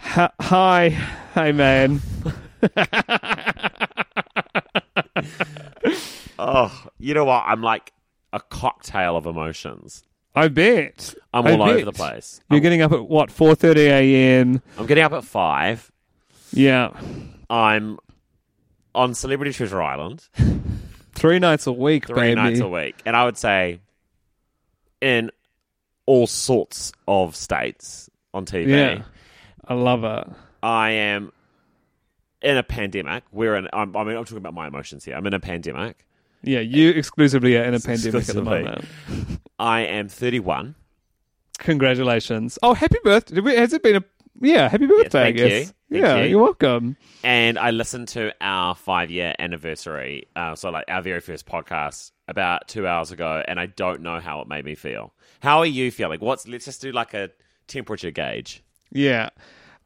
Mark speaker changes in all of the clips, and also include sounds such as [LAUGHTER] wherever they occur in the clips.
Speaker 1: Hi, hi, hey man.
Speaker 2: Oh, you know what? I'm like a cocktail of emotions.
Speaker 1: I bet.
Speaker 2: I'm
Speaker 1: I
Speaker 2: all over
Speaker 1: bet.
Speaker 2: the place.
Speaker 1: You're
Speaker 2: I'm,
Speaker 1: getting up at what, 4.30 a.m.?
Speaker 2: I'm getting up at five.
Speaker 1: Yeah.
Speaker 2: I'm on Celebrity Treasure Island
Speaker 1: Three nights a week,
Speaker 2: three
Speaker 1: baby.
Speaker 2: nights a week, and I would say in all sorts of states on TV.
Speaker 1: Yeah. I love it.
Speaker 2: I am in a pandemic. We're in. I'm, I mean, I'm talking about my emotions here. I'm in a pandemic.
Speaker 1: Yeah, you exclusively are in a pandemic at the
Speaker 2: Exclusively.
Speaker 1: moment.
Speaker 2: I am 31.
Speaker 1: Congratulations. Oh, happy birthday. Did we- Has it been a... Yeah, happy birthday,
Speaker 2: thank
Speaker 1: I
Speaker 2: you.
Speaker 1: guess.
Speaker 2: Thank
Speaker 1: yeah,
Speaker 2: you.
Speaker 1: you're welcome.
Speaker 2: and I listened to our five year anniversary, uh, so like our very first podcast about two hours ago, and I don't know how it made me feel. How are you feeling? What's let's just do like a temperature
Speaker 1: [LAUGHS]
Speaker 2: gauge.
Speaker 1: Yeah.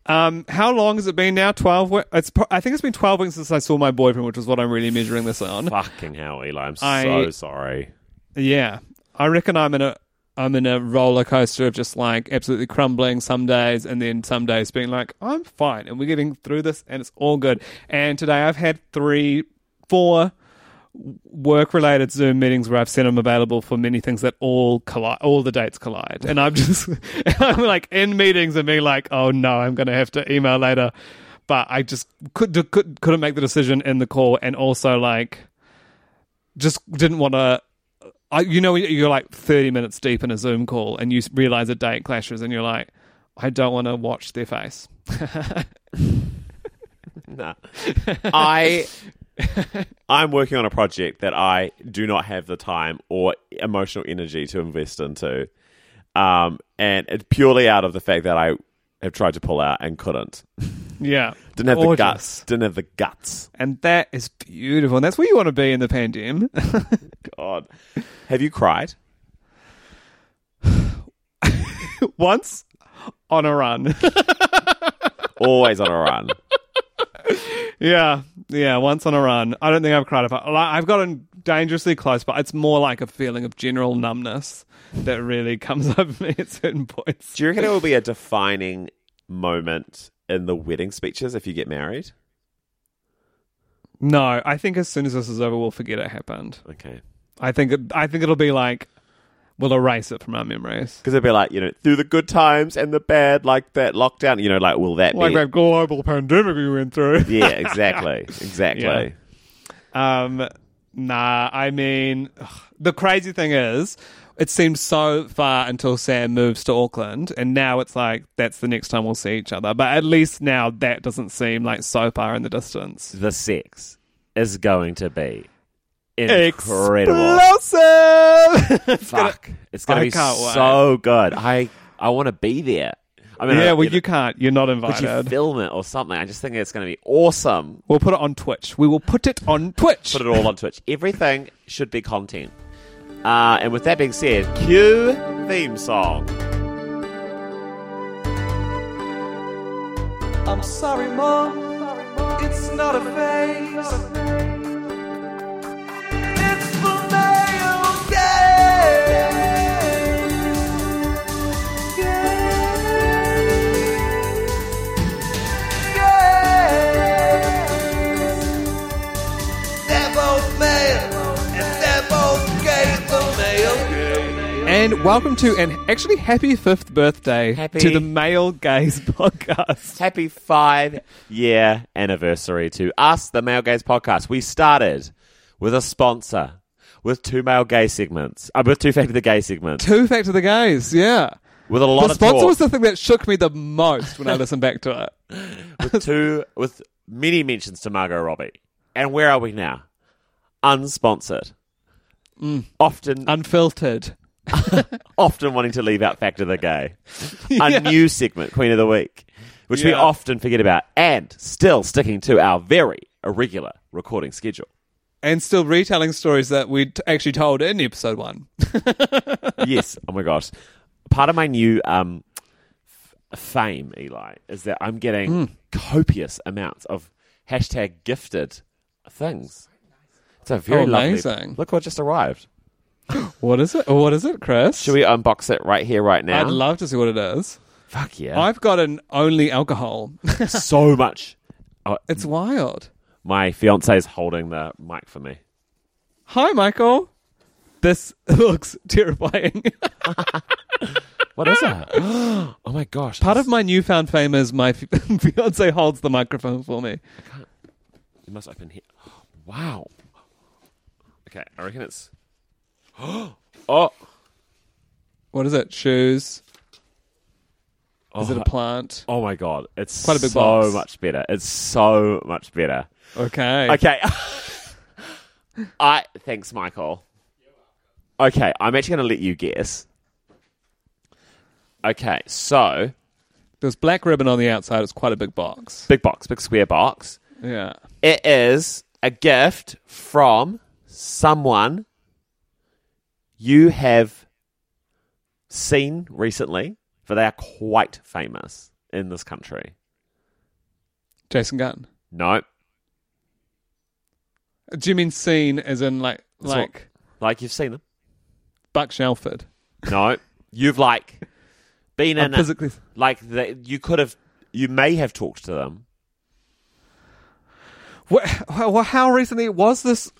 Speaker 1: Um, how long has it been now? Twelve. We- it's. pro- I think it's been twelve weeks since I saw my boyfriend, which is what I'm really measuring this on.
Speaker 2: Fucking hell, Eli, I'm
Speaker 1: I-
Speaker 2: so sorry.
Speaker 1: Yeah, I reckon I'm in a. I'm in a roller coaster of just like absolutely crumbling some days, and then some days being like, I'm fine, and we're getting through this, and it's all good. And today I've had three, four work related Zoom meetings where I've said I'm available for many things that all collide, all the dates collide, and I'm just [LAUGHS] I'm like in meetings and being like, oh no, I'm going to have to email later, but I just could, could couldn't make the decision in the call, and also like just didn't want to. I, you know, you're like 30 minutes deep in a Zoom call, and you realize a date clashes, and you're like, I don't want to watch their face. [LAUGHS]
Speaker 2: Nah. I I'm working on a project that I do not have the time or emotional energy to invest into. Um, and it's purely out of the fact that I have tried to pull out and couldn't.
Speaker 1: Yeah,
Speaker 2: Didn't have the
Speaker 1: Gorgeous.
Speaker 2: guts. Didn't have the guts.
Speaker 1: and that is beautiful. And that's where you want to be in the pandemic.
Speaker 2: God. Have you cried?
Speaker 1: [LAUGHS] Once on a run. [LAUGHS]
Speaker 2: Always on a run.
Speaker 1: Yeah, yeah. Once on a run, I don't think I've cried. About, like, I've gotten dangerously close, but it's more like a feeling of general numbness that really [LAUGHS] comes over me at certain points.
Speaker 2: Do you reckon it will be a defining moment in the wedding speeches if you get married?
Speaker 1: No, I think as soon as this is over, we'll forget it happened.
Speaker 2: Okay.
Speaker 1: I think it, I think it'll be like we'll erase it from our memories,
Speaker 2: Because it'll be like, you know, through the good times and the bad, like that lockdown, you know, like, will that
Speaker 1: like
Speaker 2: be.
Speaker 1: that global pandemic we went through.
Speaker 2: [LAUGHS]
Speaker 1: [LAUGHS]
Speaker 2: Yeah, exactly. Exactly.
Speaker 1: Yeah. Um, nah, I mean, ugh, the crazy thing is, it seemed so far until Sam moves to Auckland, and now it's like that's the next time we'll see each other. But at least now that doesn't seem like so far in the distance.
Speaker 2: The sex is going to be incredible.
Speaker 1: Explosive! [LAUGHS] It's gonna-
Speaker 2: Fuck. It's going
Speaker 1: I
Speaker 2: to be
Speaker 1: can't wait.
Speaker 2: so good. I, I want to be there. I mean,
Speaker 1: yeah,
Speaker 2: I,
Speaker 1: well,
Speaker 2: know,
Speaker 1: you can't. You're not
Speaker 2: could you
Speaker 1: invited.
Speaker 2: film it or something? I just think it's going to be awesome.
Speaker 1: we'll put it on Twitch. We will put it on Twitch.
Speaker 2: put it all on Twitch. Everything should be content. Uh, and with that being said, cue theme song.
Speaker 3: I'm sorry, Mom. It's not a phase. It's the male gaze. Gaze. Gaze. They're both male, and they're both gay. The male gaze.
Speaker 1: And welcome to and actually happy fifth birthday
Speaker 2: Happy-
Speaker 1: to the Male Gaze [LAUGHS] podcast.
Speaker 2: Happy five year anniversary to us, the Male Gaze Podcast. We started with a sponsor, with two male gay segments, uh, with two factor gay segments,
Speaker 1: Two Factor the Gaze, yeah.
Speaker 2: with a lot
Speaker 1: the
Speaker 2: of
Speaker 1: sponsor
Speaker 2: talk,
Speaker 1: was the thing that shook me the most when I listened back to it.
Speaker 2: with two, with many mentions to Margot Robbie. And
Speaker 1: Mm.
Speaker 2: where are we now? Unsponsored,
Speaker 1: [LAUGHS]
Speaker 2: often
Speaker 1: Unfiltered,
Speaker 2: often wanting to leave out Factor the
Speaker 1: [LAUGHS]
Speaker 2: Gay. Our new segment, Queen of the Week, which we
Speaker 1: Yeah.
Speaker 2: often forget about, and still sticking to our very irregular recording schedule.
Speaker 1: and still retelling stories that we t- actually told in episode one. [LAUGHS]
Speaker 2: yes. Oh my gosh. Part of my new um, f- fame, Eli, is that I'm getting
Speaker 1: Hmm.
Speaker 2: copious amounts of hashtag gifted things. It's a very
Speaker 1: Oh,
Speaker 2: lovely.
Speaker 1: amazing.
Speaker 2: Look what just arrived.
Speaker 1: What is it? What is it, Chris?
Speaker 2: Should we unbox it right here, right now?
Speaker 1: I'd love to see what it is.
Speaker 2: Fuck yeah!
Speaker 1: I've got an only [LAUGHS] alcohol.
Speaker 2: [LAUGHS] so much. Oh,
Speaker 1: it's wild.
Speaker 2: my fiance is holding the mic for me.
Speaker 1: Hi, Michael. This [LAUGHS] looks terrifying.
Speaker 2: What is it? [GASPS] oh my gosh!
Speaker 1: Ah! Part of my newfound fame is my [LAUGHS] f- fiance holds the microphone for me.
Speaker 2: You must open here. Wow. Okay, I reckon it's. [GASPS] Oh,
Speaker 1: What is it? Shoes?
Speaker 2: oh
Speaker 1: Is it a plant?
Speaker 2: Oh my god, it's
Speaker 1: Quite a big
Speaker 2: so
Speaker 1: box.
Speaker 2: much better. It's so much better.
Speaker 1: Okay.
Speaker 2: Okay. [LAUGHS] I thanks, Michael. Okay, I'm actually going to let you guess. Okay, so
Speaker 1: There's black ribbon on the outside. It's quite a big box.
Speaker 2: big box, big square box.
Speaker 1: Yeah.
Speaker 2: It is a gift from someone you have seen recently, for they are quite famous in this country.
Speaker 1: Jason Gunn.
Speaker 2: No,
Speaker 1: Do you mean seen as in like
Speaker 2: It's not-
Speaker 1: like
Speaker 2: like you've seen them.
Speaker 1: Buck Shelford?
Speaker 2: No, you've like been
Speaker 1: I'm
Speaker 2: in a,
Speaker 1: physically.
Speaker 2: like the, you could have you may have talked to them.
Speaker 1: Wha- wha- how recently was this?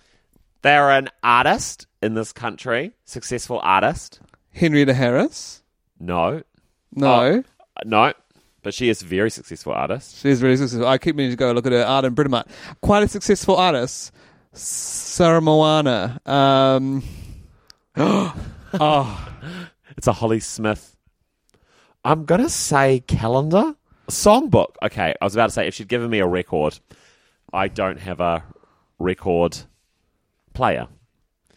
Speaker 2: They're an artist in this country, successful artist.
Speaker 1: Henrietta Harris?
Speaker 2: No,
Speaker 1: No,
Speaker 2: Oh. no, but she is a very successful artist.
Speaker 1: she's really successful. I keep meaning to go look at her art in Britomart. Quite a successful artist, Sarah Moana. Um, oh,
Speaker 2: It's a Holly Smith. I'm gonna say calendar songbook. Okay, I was about to say if she'd given me a record, I don't have a record player.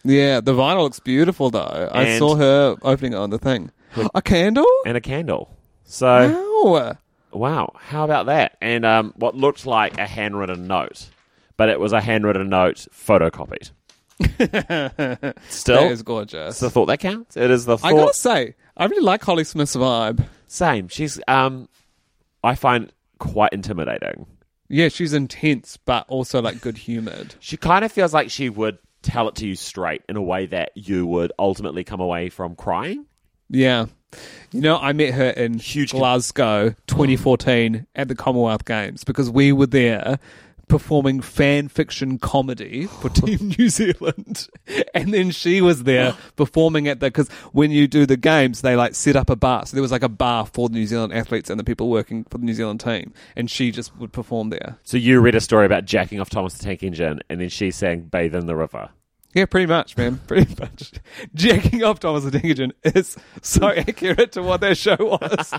Speaker 1: yeah, the vinyl looks beautiful though. I
Speaker 2: And-
Speaker 1: saw her opening it on the thing. A candle?
Speaker 2: and a candle. So.
Speaker 1: Wow.
Speaker 2: Wow, how about that? And um, what looked like a handwritten note, but it was a handwritten note [LAUGHS] photocopied. Still,
Speaker 1: That is gorgeous.
Speaker 2: it's the thought that counts. It is the
Speaker 1: I gotta
Speaker 2: thought.
Speaker 1: say, I really like Holly Smith's vibe.
Speaker 2: Same. She's um, I find quite intimidating.
Speaker 1: Yeah, she's intense, but also like good humored.
Speaker 2: She kind of feels like she would tell it to you straight in a way that you would ultimately come away from crying.
Speaker 1: Yeah. You know, I met her in
Speaker 2: Huge con-
Speaker 1: Glasgow 2014 at the Commonwealth Games because we were there performing fan fiction comedy
Speaker 2: [LAUGHS]
Speaker 1: for Team New Zealand. And then she was there performing at the because when you do the games, they like set up a bar. So there was like a bar for the New Zealand athletes and the people working for the New Zealand team. And she just would perform there.
Speaker 2: So you read a story about jacking off Thomas the Tank Engine, and then she sang "Bathe in the River." [LAUGHS]
Speaker 1: Yeah, pretty much, man. [LAUGHS] Pretty much. Jacking off Thomas the Dingerton is
Speaker 2: [LAUGHS]
Speaker 1: so accurate to what their show was.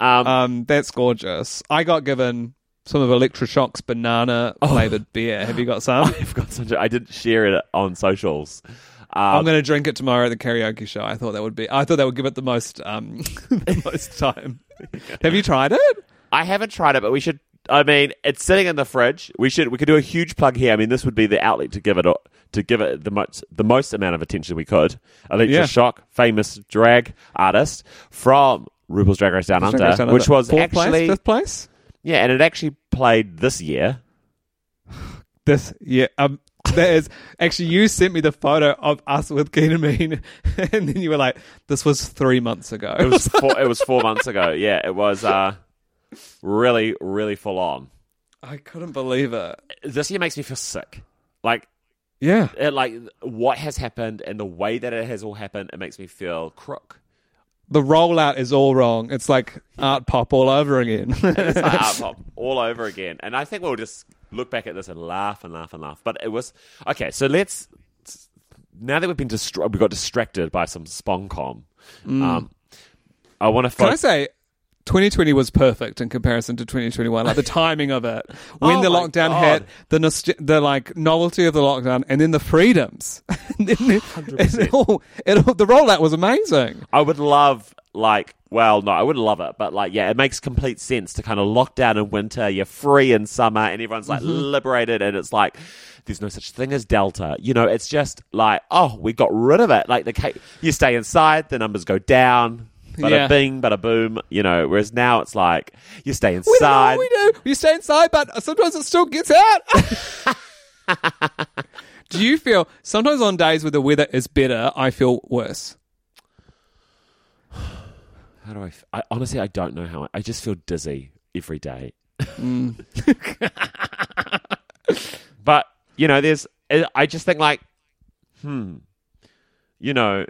Speaker 1: um, that's gorgeous. I got given some of Electroshock's banana flavored beer. Have you got some?
Speaker 2: Oh. [LAUGHS] I've got such. A, I didn't share it on socials.
Speaker 1: I'm going to drink it tomorrow at the karaoke show. I thought that would be. I thought that would give it the most, um, [LAUGHS] the most
Speaker 2: [LAUGHS]
Speaker 1: time. Have you tried it?
Speaker 2: I haven't tried it, but we should. I mean, it's sitting in the fridge. We should. We could do a huge plug here. I mean, this would be the outlet to give it a- to give it the most the most amount of attention we could. Electra
Speaker 1: Yeah.
Speaker 2: Shock, famous drag artist from RuPaul's Drag Race Down, Under, which was
Speaker 1: Fourth
Speaker 2: actually
Speaker 1: place, fifth place.
Speaker 2: yeah, and it actually played this year.
Speaker 1: this yeah um that is actually you sent me the photo of us with ketamine [LAUGHS] and then you were like this was three months ago
Speaker 2: It was four, it was four months ago. Yeah, it was uh, really really full on.
Speaker 1: i couldn't believe it
Speaker 2: This year makes me feel sick. Like
Speaker 1: yeah
Speaker 2: it, like what has happened and the way that it has all happened, it makes me
Speaker 1: [LAUGHS]
Speaker 2: feel crook.
Speaker 1: the rollout is all wrong it's like art pop all over again [LAUGHS]
Speaker 2: It's like art pop Uh, all over again. And I think we'll just look back at this and laugh and laugh and laugh. But it was okay. So let's now that we've been distra- we got distracted by some sponcom. Um, I want to
Speaker 1: Mm. can i
Speaker 2: focus.
Speaker 1: say 2020 was perfect in comparison to 2021. Like the timing of it, when
Speaker 2: Oh
Speaker 1: the
Speaker 2: my
Speaker 1: lockdown
Speaker 2: God.
Speaker 1: hit, the nost- the like novelty of the lockdown, and then the freedoms. [LAUGHS] And then the- It all, it all, the rollout was amazing.
Speaker 2: I would love like well, no, I wouldn't love it, but like yeah, it makes complete sense to kind of lock down in winter, you're free in summer and everyone's like liberated and it's like there's no such thing as delta. You know, it's just like, oh, we got rid of it. Like the ca- you stay inside, the numbers go down. But
Speaker 1: Yeah.
Speaker 2: a bing, but a boom, you know. Whereas now it's like you stay
Speaker 1: We don't know what
Speaker 2: inside.
Speaker 1: we do. You stay inside, but sometimes it still gets out. [LAUGHS] do you feel sometimes on days where the weather is better, I feel worse?
Speaker 2: How do I, f- I? Honestly, I don't know how. I, I just feel dizzy every day. [LAUGHS] but you know, there's. I I just think like, hmm, you know,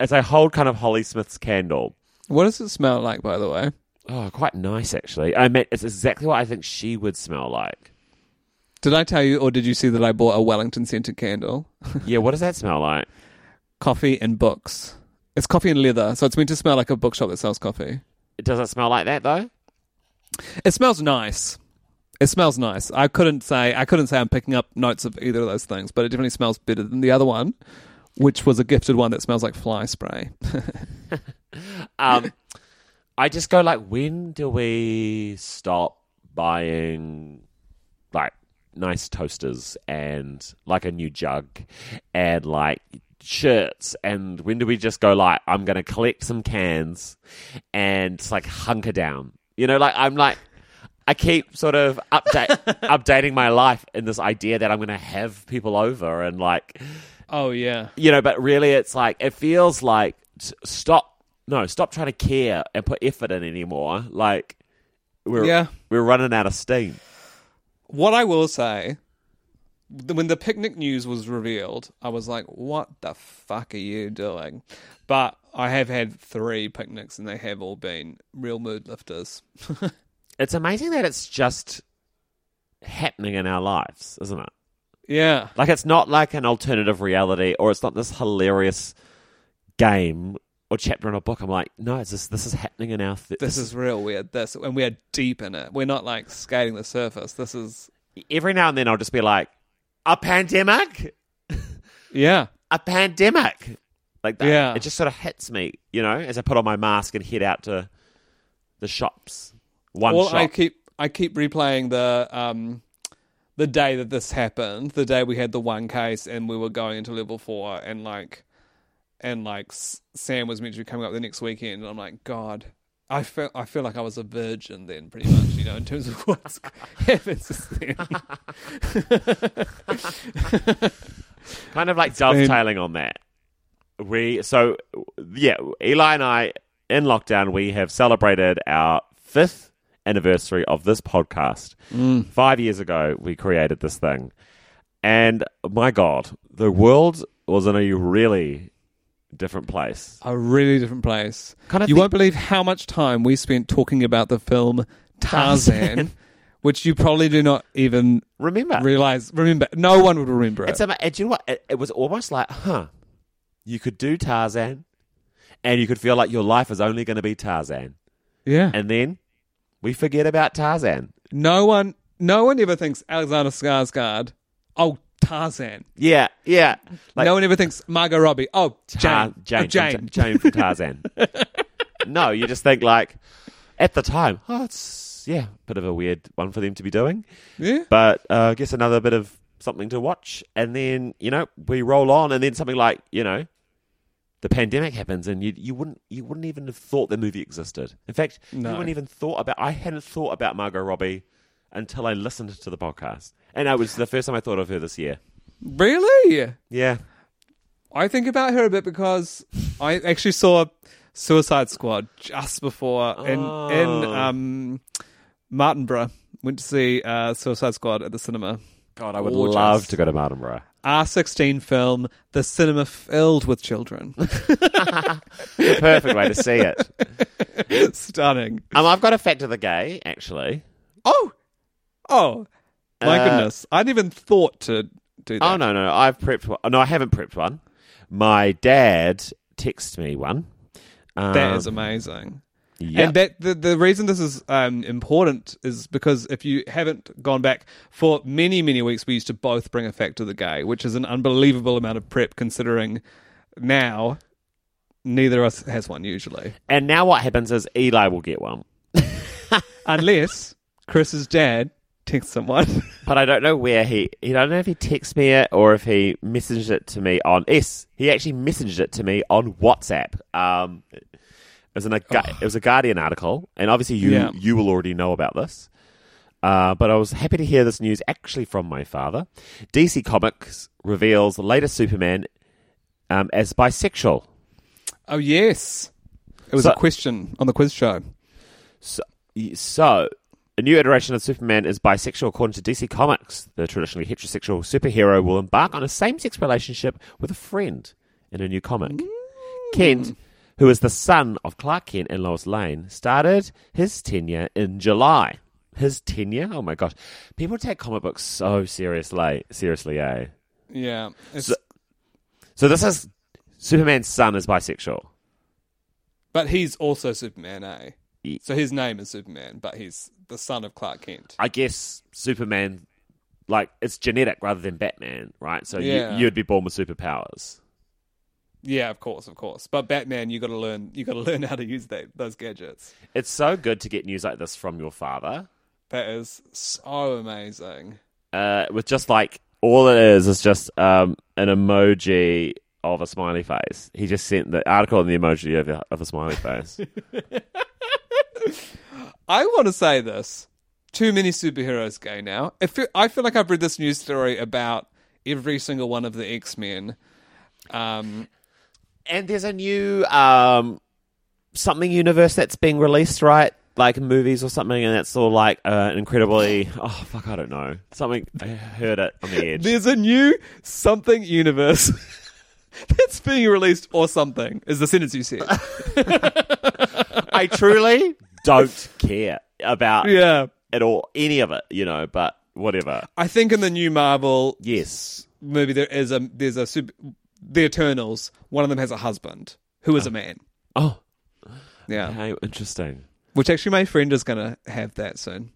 Speaker 2: as I hold kind of Holly Smith's candle.
Speaker 1: What does it smell like, by the way?
Speaker 2: Oh, quite nice actually. I mean, it's exactly what I think she would smell like.
Speaker 1: Did I tell you, or did you see that I bought a Wellington scented candle?
Speaker 2: Yeah, what does that smell like?
Speaker 1: coffee and books. It's coffee and leather, so it's meant to smell like a bookshop that sells coffee.
Speaker 2: Does it smell like that though?
Speaker 1: It smells nice. It smells nice. I couldn't say I couldn't say I'm picking up notes of either of those things, but it definitely smells better than the other one, which was a gifted one that smells like fly spray.
Speaker 2: Um, I just go like, when do we stop buying like nice toasters and like a new jug and like shirts and when do we just go like I'm gonna collect some cans and just, like hunker down? You know, like I'm like I keep sort of update updating my life in this idea that I'm gonna have people over and like
Speaker 1: oh yeah.
Speaker 2: you know, but really it's like, it feels like s- stop, no, stop trying to care and put effort in anymore. Like, we're,
Speaker 1: Yeah.
Speaker 2: we're running out of steam.
Speaker 1: What I will say, th- when the picnic news was revealed, I was like, "What the fuck are you doing?" But I have had three picnics, and they have all been real mood lifters.
Speaker 2: It's amazing that it's just happening in our lives, isn't it?
Speaker 1: yeah.
Speaker 2: Like, it's not like an alternative reality or it's not this hilarious game or chapter in a book. I'm like, no, it's just, this is happening in our. Th-
Speaker 1: this is real weird. This and we are deep in it. We're not like skating the surface. This is
Speaker 2: Every now and then I'll just be like, a pandemic?
Speaker 1: yeah,
Speaker 2: a pandemic like that.
Speaker 1: Yeah.
Speaker 2: It just sort of hits me, you know, as I put on my mask and head out to the shops. One
Speaker 1: well,
Speaker 2: shop.
Speaker 1: I keep I keep replaying the um the day that this happened, the day we had the one case and we were going into level four, and like and like S- Sam was meant to be coming up the next weekend, and I'm like, God, I feel I feel like I was a virgin then, pretty much, you know, in terms of [LAUGHS] what's happened since then.
Speaker 2: kind of like dovetailing on that. We so yeah, Eli and I in lockdown we have celebrated our fifth anniversary of this podcast.
Speaker 1: Mm.
Speaker 2: Five years ago we created this thing, and my God, the world was in a really different place.
Speaker 1: a really different place.
Speaker 2: Kind of
Speaker 1: you
Speaker 2: thi-
Speaker 1: won't believe how much time we spent talking about the film Tarzan, which you probably do not even
Speaker 2: Remember,
Speaker 1: realize. Remember, no one would remember it.
Speaker 2: It's ama- and do you know what? It, it was almost like, huh, you could do Tarzan, and you could feel like your life is only going to be Tarzan,
Speaker 1: yeah,
Speaker 2: and then we forget about Tarzan.
Speaker 1: no one, no one ever thinks Alexander Skarsgård. Oh, Tarzan.
Speaker 2: Yeah, yeah. Like
Speaker 1: no one ever thinks Margot Robbie. Oh, Jane.
Speaker 2: Tar-
Speaker 1: Jane. Oh,
Speaker 2: Jane,
Speaker 1: Jane.
Speaker 2: From, Ta- Jane from [LAUGHS] Tarzan. no, you just think like at the time, oh, it's yeah, bit of a weird one for them to be doing,
Speaker 1: yeah.
Speaker 2: but uh, I guess another bit of something to watch, and then you know we roll on, and then something like you know the pandemic happens, and you you wouldn't you wouldn't even have thought the movie existed. In fact,
Speaker 1: No.
Speaker 2: you wouldn't even thought about. I hadn't thought about Margot Robbie until I listened to the podcast, and it was the first time I thought of her this year.
Speaker 1: Really?
Speaker 2: Yeah,
Speaker 1: I think about her a bit because I actually saw Suicide Squad just before in in
Speaker 2: Oh.
Speaker 1: um, Martinborough. Went to see uh, Suicide Squad at the cinema.
Speaker 2: God, I would
Speaker 1: Gorgeous.
Speaker 2: love to go to Martinborough.
Speaker 1: R sixteen film, the cinema filled with children. [LAUGHS]
Speaker 2: The perfect way to see it.
Speaker 1: Stunning.
Speaker 2: [LAUGHS] Um, I've got a fact of the gay actually.
Speaker 1: Oh, oh, my
Speaker 2: Uh,
Speaker 1: goodness! I'd even thought to do that.
Speaker 2: Oh no, no, no. I've prepped one. No, I haven't prepped one. My dad texted me one. Um,
Speaker 1: That is amazing.
Speaker 2: Yeah.
Speaker 1: And that the, the reason this is um, important is because if you haven't gone back for many many weeks, we used to both bring a fact to the gay, which is an unbelievable amount of prep considering now neither of us has one usually,
Speaker 2: And now what happens is Eli will get one,
Speaker 1: unless Chris's dad texts someone.
Speaker 2: but I don't know where he. he I don't know if he texted me it or if he messaged it to me on. Yes, he actually messaged it to me on WhatsApp. Um, it was in a gu it was a Guardian article, and obviously you
Speaker 1: Yeah.
Speaker 2: you will already know about this. Uh, but I was happy to hear this news actually from my father. DC Comics reveals the latest Superman um, as bisexual.
Speaker 1: [LAUGHS] oh yes, it was
Speaker 2: So-
Speaker 1: a question on the quiz show.
Speaker 2: So, so, a new iteration of Superman is bisexual according to DC Comics. The traditionally heterosexual superhero will embark on a same sex relationship with a friend in a new comic. Kent, who is the son of Clark Kent and Lois Lane, started his tenure in July. His tenure? Oh my gosh. People take comic books so seriously, seriously, eh?
Speaker 1: Yeah, it's-
Speaker 2: So- So this is Superman's son is bisexual.
Speaker 1: but he's also Superman, eh?
Speaker 2: Ye-
Speaker 1: So his name is Superman, but he's the son of Clark Kent.
Speaker 2: I guess Superman, like it's genetic rather than Batman, right? So
Speaker 1: Yeah.
Speaker 2: you, you'd be born with superpowers.
Speaker 1: Yeah, of course, of course. But Batman, you got to learn. You got to [LAUGHS] learn how to use that, those gadgets.
Speaker 2: It's so good to get news like this from your father.
Speaker 1: That is so amazing.
Speaker 2: Uh, with just like all it is is just um, an emoji of a smiley face. He just sent the article and the emoji of a, of a smiley face.
Speaker 1: I want to say this: too many superheroes gay now. I feel, I feel like I've read this news story about every single one of the X Men. Um,
Speaker 2: and there's a new um, something universe that's being released, right? Like movies or something, and that's all like uh, incredibly. Oh fuck, I don't know. Something I heard it on the edge.
Speaker 1: there's a new something universe [LAUGHS] that's being released, or something is the sentence you said.
Speaker 2: I truly don't care about
Speaker 1: yeah,
Speaker 2: at all any of it, you know. But whatever.
Speaker 1: I think in the new Marvel
Speaker 2: Yes.
Speaker 1: movie there is a there's a super, the Eternals. One of them has a husband who is a man.
Speaker 2: Oh,
Speaker 1: Yeah.
Speaker 2: how [LAUGHS] interesting.
Speaker 1: Which actually, my friend is going to have that soon.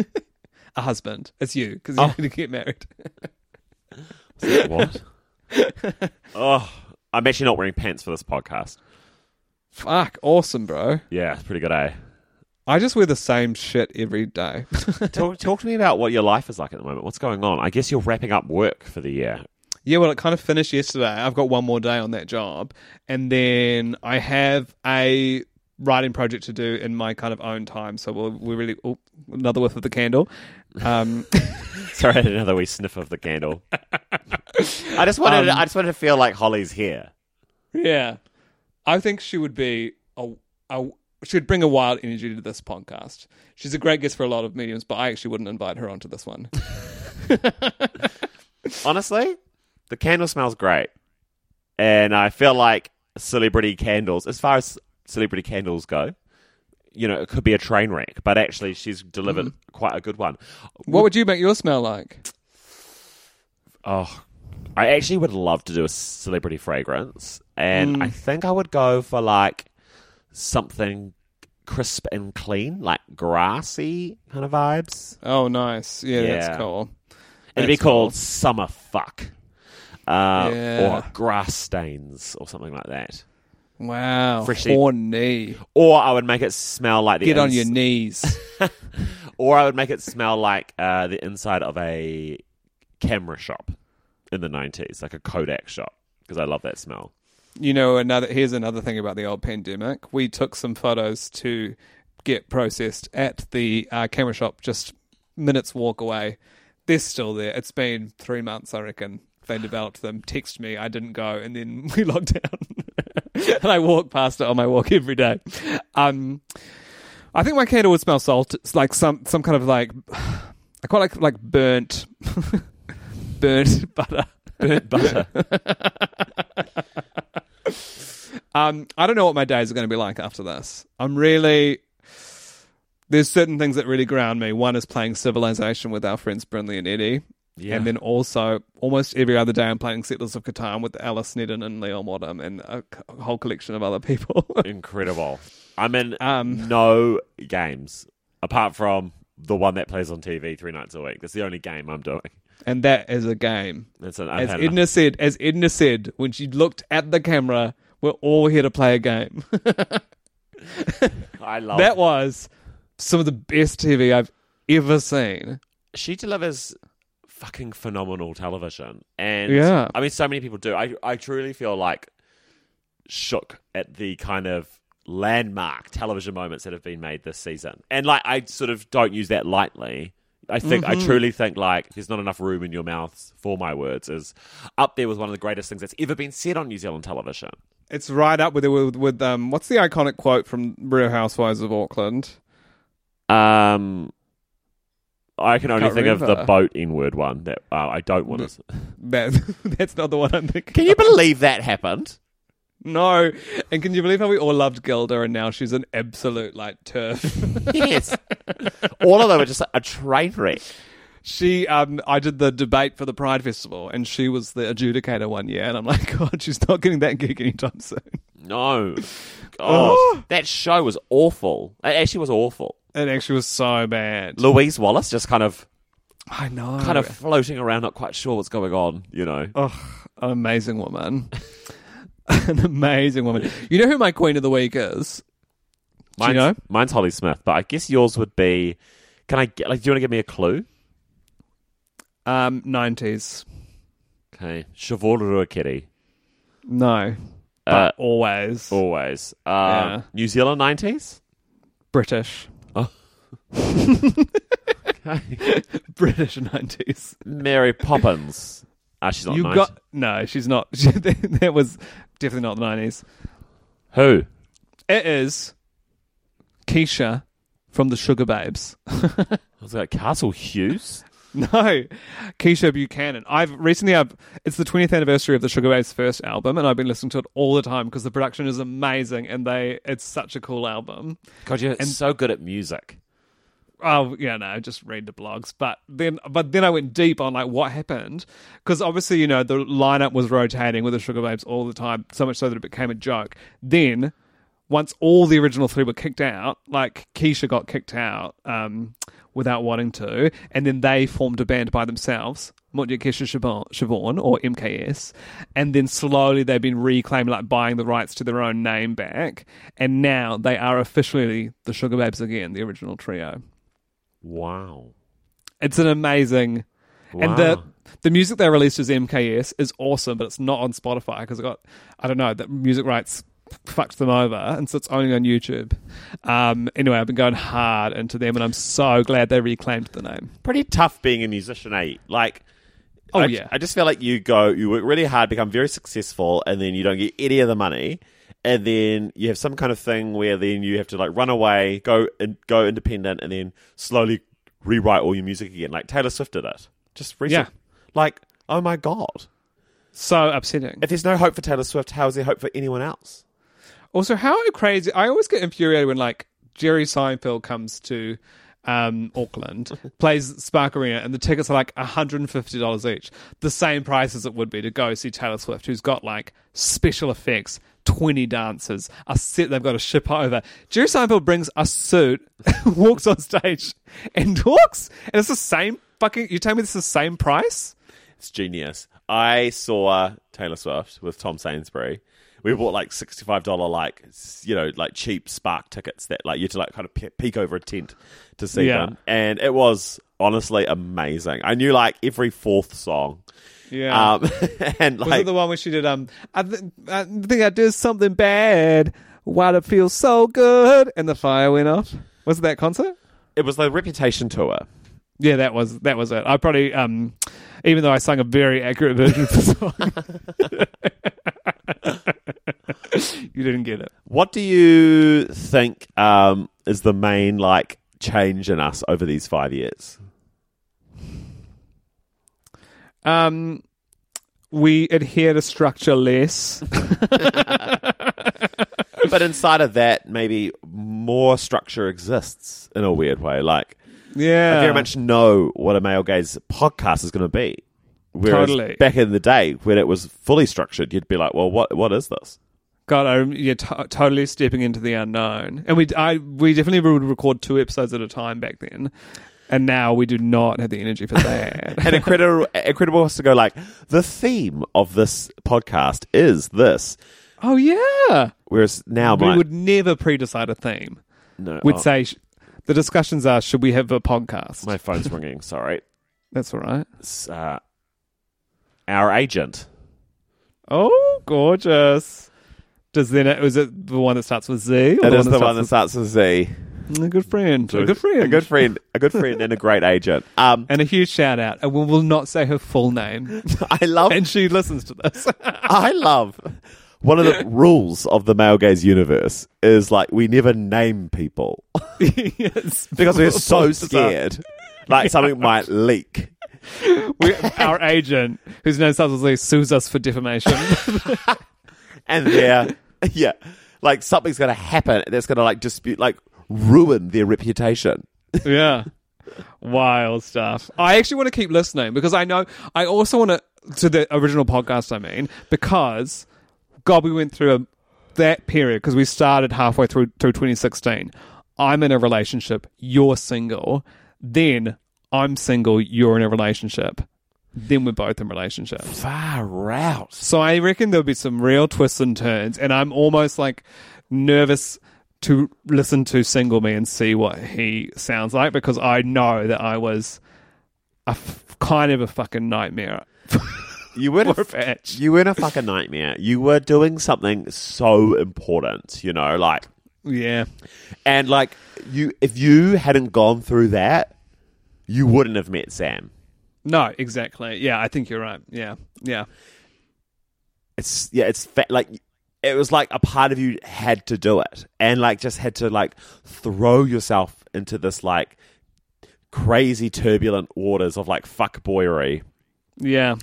Speaker 1: [LAUGHS] a husband. It's you, because [LAUGHS] you're going to get married.
Speaker 2: What? oh, I'm actually not wearing pants for this podcast.
Speaker 1: Fuck, awesome, bro.
Speaker 2: Yeah, it's pretty good, eh?
Speaker 1: I just wear the same shit every day. [LAUGHS]
Speaker 2: Talk, talk to me about what your life is like at the moment. What's going on? I guess you're wrapping up work for the year.
Speaker 1: yeah, well, it kind of finished yesterday. I've got one more day on that job. And then I have a writing project to do in my kind of own time. So we'll, we really, oh, another whiff of the candle. Um,
Speaker 2: Sorry, I had another wee sniff of the candle. [LAUGHS] Um, I just wanted, I just wanted to feel like Holly's here.
Speaker 1: Yeah, I think she would be a, a she'd bring a wild energy to this podcast. She's a great guest for a lot of mediums, but I actually wouldn't invite her onto this one.
Speaker 2: Honestly, the candle smells great. And I feel like celebrity candles, as far as celebrity candles go, you know, it could be a train wreck, but actually she's delivered
Speaker 1: Mm-hmm.
Speaker 2: quite a good one.
Speaker 1: what would you make your smell like?
Speaker 2: Oh, I actually would love to do a celebrity fragrance. And
Speaker 1: Mm.
Speaker 2: I think I would go for like something crisp and clean, like grassy kind of vibes.
Speaker 1: Oh, nice. Yeah,
Speaker 2: Yeah.
Speaker 1: that's cool.
Speaker 2: It'd be
Speaker 1: That's cool.
Speaker 2: called Summer Fuck. Uh,
Speaker 1: Yeah.
Speaker 2: Or grass stains or something like that.
Speaker 1: Wow,
Speaker 2: Freshly-
Speaker 1: horny.
Speaker 2: Or I would make it smell like the
Speaker 1: Get on
Speaker 2: ins-
Speaker 1: your knees.
Speaker 2: Or I would make it smell like uh, the inside of a camera shop in the nineties, like a Kodak shop, because I love that smell.
Speaker 1: [LAUGHS] you know, another here's another thing about the old pandemic. We took some photos to get processed at the uh, camera shop, just minutes walk away. They're still there. It's been three months, I reckon. They developed them. Text me, I didn't go, and then [LAUGHS] we locked down. and I walk past it on my walk every day. Um, I think my candle would smell salt. It's like some some kind of like [SIGHS] I quite like like burnt [LAUGHS] burnt [LAUGHS] butter.
Speaker 2: Burnt butter.
Speaker 1: Um, I don't know what my days are going to be like after this. I'm really there's certain things that really ground me. One is playing Civilization with our friends Brinley and Eddie,
Speaker 2: Yeah.
Speaker 1: And then also, almost every other day, I'm playing Settlers of Catan with Alice Sneddon and Leon Wadham and a c- whole collection of other people. [LAUGHS]
Speaker 2: Incredible. I'm in
Speaker 1: Um.
Speaker 2: no games apart from the one that plays on TV three nights a week. That's the only game I'm doing.
Speaker 1: and that is a game.
Speaker 2: That's an, I've
Speaker 1: As
Speaker 2: had
Speaker 1: Edna
Speaker 2: enough.
Speaker 1: said, as Edna said, when she looked at the camera, we're all here to play a game. [LAUGHS]
Speaker 2: Oh. I love
Speaker 1: that was some of the best TV I've ever seen.
Speaker 2: she delivers fucking phenomenal television. And
Speaker 1: Yeah.
Speaker 2: I mean, so many people do. I, I truly feel like shook at the kind of landmark television moments that have been made this season. And like, I sort of don't use that lightly. I think
Speaker 1: Mm-hmm.
Speaker 2: I truly think like there's not enough room in your mouths for my words is up there with one of the greatest things that's ever been said on New Zealand television.
Speaker 1: It's right up with with, with um. What's the iconic quote from Real Housewives of Auckland?
Speaker 2: Um, I can only
Speaker 1: Can't
Speaker 2: think of the
Speaker 1: remember.
Speaker 2: boat N word one that uh, I don't want to.
Speaker 1: That [LAUGHS] that's not the one I'm thinking.
Speaker 2: [LAUGHS] Can you believe that happened?
Speaker 1: No. And can you believe how we all loved Gilda and now she's an absolute like turf? [LAUGHS]
Speaker 2: yes. [LAUGHS] All of them are just a train wreck.
Speaker 1: she um I did the debate for the Pride Festival and she was the adjudicator one year and I'm like, [LAUGHS] God, she's not getting that gig anytime [LAUGHS] soon.
Speaker 2: No. God. that show was awful. It actually was awful.
Speaker 1: It actually was so bad.
Speaker 2: Louise Wallace just kind of
Speaker 1: I know.
Speaker 2: kind of floating around, not quite sure what's going on, you know.
Speaker 1: Oh, an amazing woman. [LAUGHS] an amazing woman. You know who my queen of the week is?
Speaker 2: Mine's,
Speaker 1: know?
Speaker 2: mine's Holly Smith, but I guess yours would be can I get like do you want to give me a clue?
Speaker 1: Um, 90s.
Speaker 2: Okay. Shivorua Kitty.
Speaker 1: No. But
Speaker 2: Uh,
Speaker 1: always
Speaker 2: Always. Um,
Speaker 1: Yeah.
Speaker 2: New Zealand nineties?
Speaker 1: British. [LAUGHS]
Speaker 2: Oh.
Speaker 1: British 90s.
Speaker 2: Mary Poppins. Ah, she's not
Speaker 1: you
Speaker 2: 90s.
Speaker 1: got no. She's not. [LAUGHS] She, that was definitely not the nineties.
Speaker 2: Who?
Speaker 1: It is Keisha from the Sugar Babes. [LAUGHS]
Speaker 2: Was it Castle Hughes?
Speaker 1: No, Keisha Buchanan. I've recently. I've, it's the twentieth anniversary of the Sugar Babes' first album, and I've been listening to it all the time because the production is amazing, and they. It's such a cool album.
Speaker 2: [LAUGHS] God, you're
Speaker 1: And-
Speaker 2: so good at music.
Speaker 1: oh yeah no just read the blogs but then but then i went deep on like what happened because obviously you know the lineup was rotating with the sugar babes all the time so much so that it became a joke then once all the original three were kicked out like keisha got kicked out um, without wanting to and then they formed a band by themselves Montja Kesha Siobhan, Siobhan, or MKS, and then slowly they've been reclaimed, like buying the rights to their own name back, and now they are officially the Sugar Babes again, the original trio.
Speaker 2: Wow.
Speaker 1: It's an amazing, and the
Speaker 2: Wow.
Speaker 1: the music they released as MKS is awesome, but it's not on Spotify because it got I don't know that music rights fucked them over, and so it's only on YouTube. Um, anyway, I've been going hard into them, and I'm so glad they reclaimed the name.
Speaker 2: pretty tough being a musician, eh? Like,
Speaker 1: Oh,
Speaker 2: I,
Speaker 1: yeah.
Speaker 2: I just feel like you go, you work really hard, become very successful, and then you don't get any of the money, and then you have some kind of thing where then you have to like run away, go and go independent, and then slowly rewrite all your music again, like Taylor Swift did it just recently. Like, oh my god,
Speaker 1: So upsetting.
Speaker 2: if there's no hope for Taylor Swift, how is there hope for anyone else?
Speaker 1: Also, how crazy! I always get infuriated when like Jerry Seinfeld comes to um, Auckland, plays Spark Arena, and the tickets are like hundred and fifty dollars each, the same price as it would be to go see Taylor Swift, who's got like special effects, twenty dancers, a set they've got to ship over. Jerry Seinfeld brings a suit, [LAUGHS] walks on stage, and [LAUGHS] talks, and it's the same fucking. You tell me this is the same price?
Speaker 2: It's genius. I saw Taylor Swift with Tom Sainsbury. We bought like sixty-five dollar, like s- you know, like cheap Spark tickets that like you had to like kind of pe- peek over a tent to see
Speaker 1: Yeah.
Speaker 2: them, and it was honestly amazing. I knew like every fourth song,
Speaker 1: Yeah.
Speaker 2: um, [LAUGHS] and
Speaker 1: Was
Speaker 2: like
Speaker 1: it the one where she did um? I, th- I think I did something bad. Why'd it feel so good? And the fire went off. Was it that concert?
Speaker 2: it was the Reputation tour.
Speaker 1: Yeah, that was that was it. I probably um, even though I sang a very accurate version of the song, [LAUGHS] you didn't get it.
Speaker 2: What do you think um, is the main like change in us over these five years?
Speaker 1: Um, we adhere to structure less.
Speaker 2: but inside of that, maybe more structure exists in a weird way. Like
Speaker 1: Yeah.
Speaker 2: I very much know what a male gaze podcast is going to be. Whereas
Speaker 1: Totally.
Speaker 2: back in the day when it was fully structured, you'd be like, "Well, what what is this?"
Speaker 1: God, I, you're t- totally stepping into the unknown. And we, I, we definitely would record two episodes at a time back then. And now we do not have the energy for
Speaker 2: [LAUGHS]
Speaker 1: that.
Speaker 2: And incredible, incredible has to go like the theme of this podcast is this.
Speaker 1: oh, yeah.
Speaker 2: Whereas now,
Speaker 1: We
Speaker 2: mine-
Speaker 1: would never pre decide a theme.
Speaker 2: no,
Speaker 1: We'd
Speaker 2: oh,
Speaker 1: say sh- the discussions are should we have a podcast?
Speaker 2: my phone's ringing. Sorry,
Speaker 1: That's all right.
Speaker 2: it's uh, our agent.
Speaker 1: Oh, gorgeous. Does then it was it [LAUGHS] the one that starts with Z? Or
Speaker 2: It is the one that
Speaker 1: starts
Speaker 2: starts with Z.
Speaker 1: with- a good friend, a good friend,
Speaker 2: a good friend, a good friend, and a great agent. Um, [LAUGHS]
Speaker 1: and a huge shout out. And we will not say her full name,
Speaker 2: I love
Speaker 1: and she listens to this. [LAUGHS]
Speaker 2: [LAUGHS] I love one of the rules of the male gaze universe is like we never name
Speaker 1: [LAUGHS]
Speaker 2: people
Speaker 1: yes,
Speaker 2: [LAUGHS] because we're so
Speaker 1: Pulls us up.
Speaker 2: scared, like something might leak.
Speaker 1: We, our agent, whose name starts with Z, sues us for
Speaker 2: [LAUGHS]
Speaker 1: defamation.
Speaker 2: and they're [LAUGHS] yeah, like something's going to happen that's going to like dispute, like ruin their reputation.
Speaker 1: yeah, wild stuff. I actually want to keep listening because I know I also want to to the original podcast. I mean, because God, we went through a, that period because we started halfway through through 2016. I'm in a relationship. You're single. Then I'm single. You're in a relationship. Then we're both in relationships.
Speaker 2: Far out.
Speaker 1: So I reckon there'll be some real twists and turns, and I'm almost like nervous to listen to Single Me and see what he sounds like because I know that I was a f- kind of a fucking nightmare.
Speaker 2: You were
Speaker 1: Poor bitch.
Speaker 2: you were in a fucking nightmare. You were doing something so important, you know, like
Speaker 1: Yeah,
Speaker 2: and like you if you hadn't gone through that, you wouldn't have met Sam.
Speaker 1: no, exactly. Yeah, I think you're right. Yeah, yeah,
Speaker 2: it's yeah, it's fa- like it was like a part of you had to do it and like just had to like throw yourself into this like crazy turbulent waters of like fuckboyery
Speaker 1: yeah.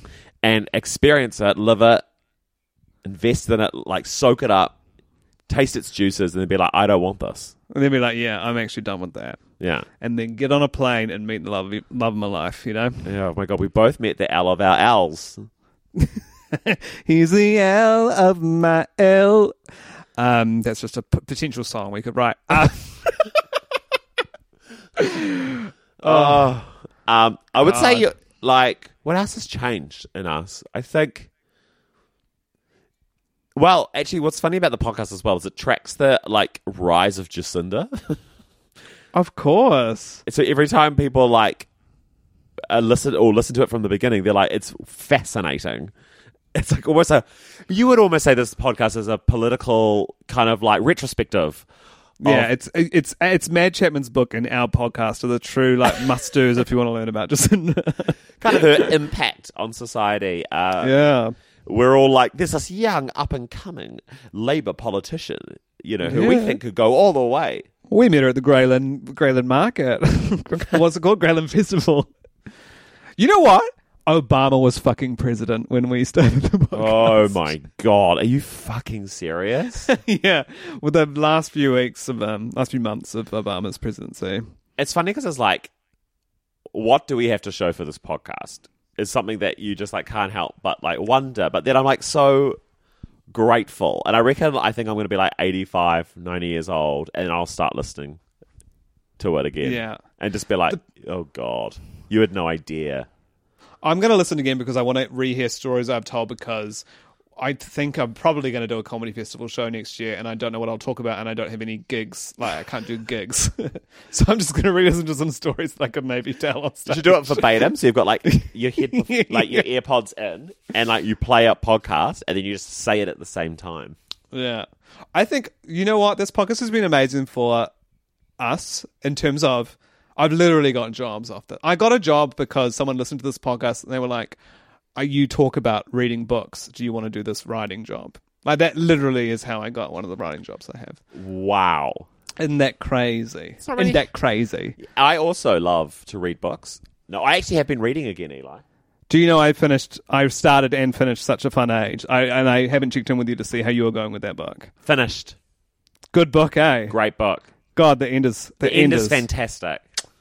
Speaker 2: and experience it, live it, invest in it, like soak it up, taste its juices, and then be like, I don't want this.
Speaker 1: And then be like, yeah, I'm actually done with that.
Speaker 2: Yeah.
Speaker 1: And then get on a plane and meet the love of, love of my life. You know,
Speaker 2: Yeah, oh my god, we both met the L of our L's.
Speaker 1: he's the L of my L. Um, that's just a p- potential song we could write. Uh,
Speaker 2: Oh. Um, I would say
Speaker 1: God.
Speaker 2: you like what else has changed in us? I think. Well, actually, what's funny about the podcast as well is it tracks the like rise of Jacinda.
Speaker 1: [LAUGHS] [LAUGHS] of course.
Speaker 2: so every time people like uh, listen or listen to it from the beginning, they're like, "It's fascinating." It's like almost a. You would almost say this podcast is a political kind of like retrospective.
Speaker 1: Yeah,
Speaker 2: of-
Speaker 1: it's it's it's Mad Chapman's book and our podcast are the true like [LAUGHS] must dos if you want to learn about Jacinda.
Speaker 2: kind of her impact on society. Uh,
Speaker 1: [LAUGHS] yeah,
Speaker 2: we're all like, there's this young, up and coming Labour politician, you know, who we
Speaker 1: Yeah.
Speaker 2: think could go all the way.
Speaker 1: we met her at the Greyland Greyland Market. [LAUGHS] What's it called? Greyland Festival. You know what? Obama was fucking president when we started the book.
Speaker 2: Oh my God. Are you fucking serious?
Speaker 1: [LAUGHS] [LAUGHS] yeah, with the last few weeks of um, last few months of Obama's presidency.
Speaker 2: it's funny because it's like, what do we have to show for this podcast? Is something that you just like can't help but like wonder. But then I'm like so grateful. And I reckon I think I'm going to be like 85, 90 years old and I'll start listening to it again.
Speaker 1: Yeah.
Speaker 2: And just be like, oh God, you had no idea.
Speaker 1: I'm going to listen again because I want to rehear stories I've told because I think I'm probably going to do a comedy festival show next year and I don't know what I'll talk about and I don't have any gigs. Like, I can't do gigs. [LAUGHS] so I'm just going to re listen to some stories that I could maybe tell on
Speaker 2: You
Speaker 1: stage.
Speaker 2: should do
Speaker 1: [LAUGHS]
Speaker 2: it verbatim. So you've got like your head, like your AirPods in, and like you play a podcast, and then you just say it at the same time.
Speaker 1: Yeah. I think, you know what? This podcast has been amazing for us in terms of I've literally gotten jobs off that. I got a job because someone listened to this podcast and they were like, "Uh, You talk about reading books. Do you want to do this writing job? Like, that literally is how I got one of the writing jobs I have.
Speaker 2: Wow.
Speaker 1: Isn't that crazy?
Speaker 2: not really-
Speaker 1: Isn't that crazy?
Speaker 2: I also love to read books. No, I actually have been reading again, Eli.
Speaker 1: Do you know I finished, I started and finished Such a Fun Age? I, and I haven't checked in with you to see how you were going with that book.
Speaker 2: Finished.
Speaker 1: Good book, eh?
Speaker 2: Great book.
Speaker 1: God, the end is the,
Speaker 2: The end is fantastic.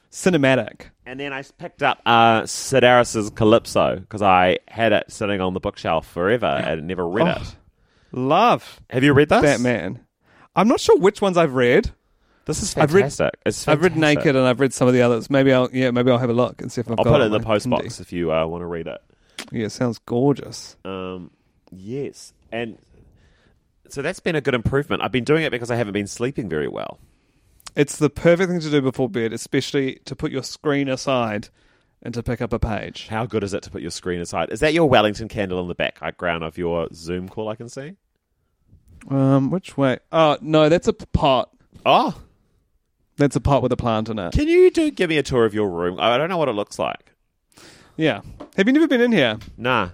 Speaker 1: cinematic.
Speaker 2: And then I s- picked up uh, Sid Harris's Calypso because I had it sitting on the bookshelf forever and never read
Speaker 1: Oh.
Speaker 2: it.
Speaker 1: Love
Speaker 2: Have you read this?
Speaker 1: Batman. I'm not sure which ones I've read.
Speaker 2: This is
Speaker 1: I've read-
Speaker 2: fantastic. it's
Speaker 1: I've read
Speaker 2: fantastic.
Speaker 1: Naked and I've read some of the others. Maybe I'll yeah, maybe I'll have a look and see if I've
Speaker 2: I'll
Speaker 1: got
Speaker 2: put it in
Speaker 1: on
Speaker 2: the
Speaker 1: my
Speaker 2: post
Speaker 1: Kindle.
Speaker 2: box if you uh, want to read it.
Speaker 1: Yeah, sounds gorgeous.
Speaker 2: Um, yes, and so that's been a good improvement. I've been doing it because I haven't been sleeping very well.
Speaker 1: It's the perfect thing to do before bed, especially to put your screen aside and to pick up a page.
Speaker 2: How good is it to put your screen aside? Is that your Wellington candle on the background of your Zoom call? I can see.
Speaker 1: Um, which way? Oh no, that's a pot.
Speaker 2: Oh,
Speaker 1: That's a pot with a plant in it.
Speaker 2: can you do give me a tour of your room? I I don't know what it looks like.
Speaker 1: Yeah. Have you never been in here?
Speaker 2: Nah.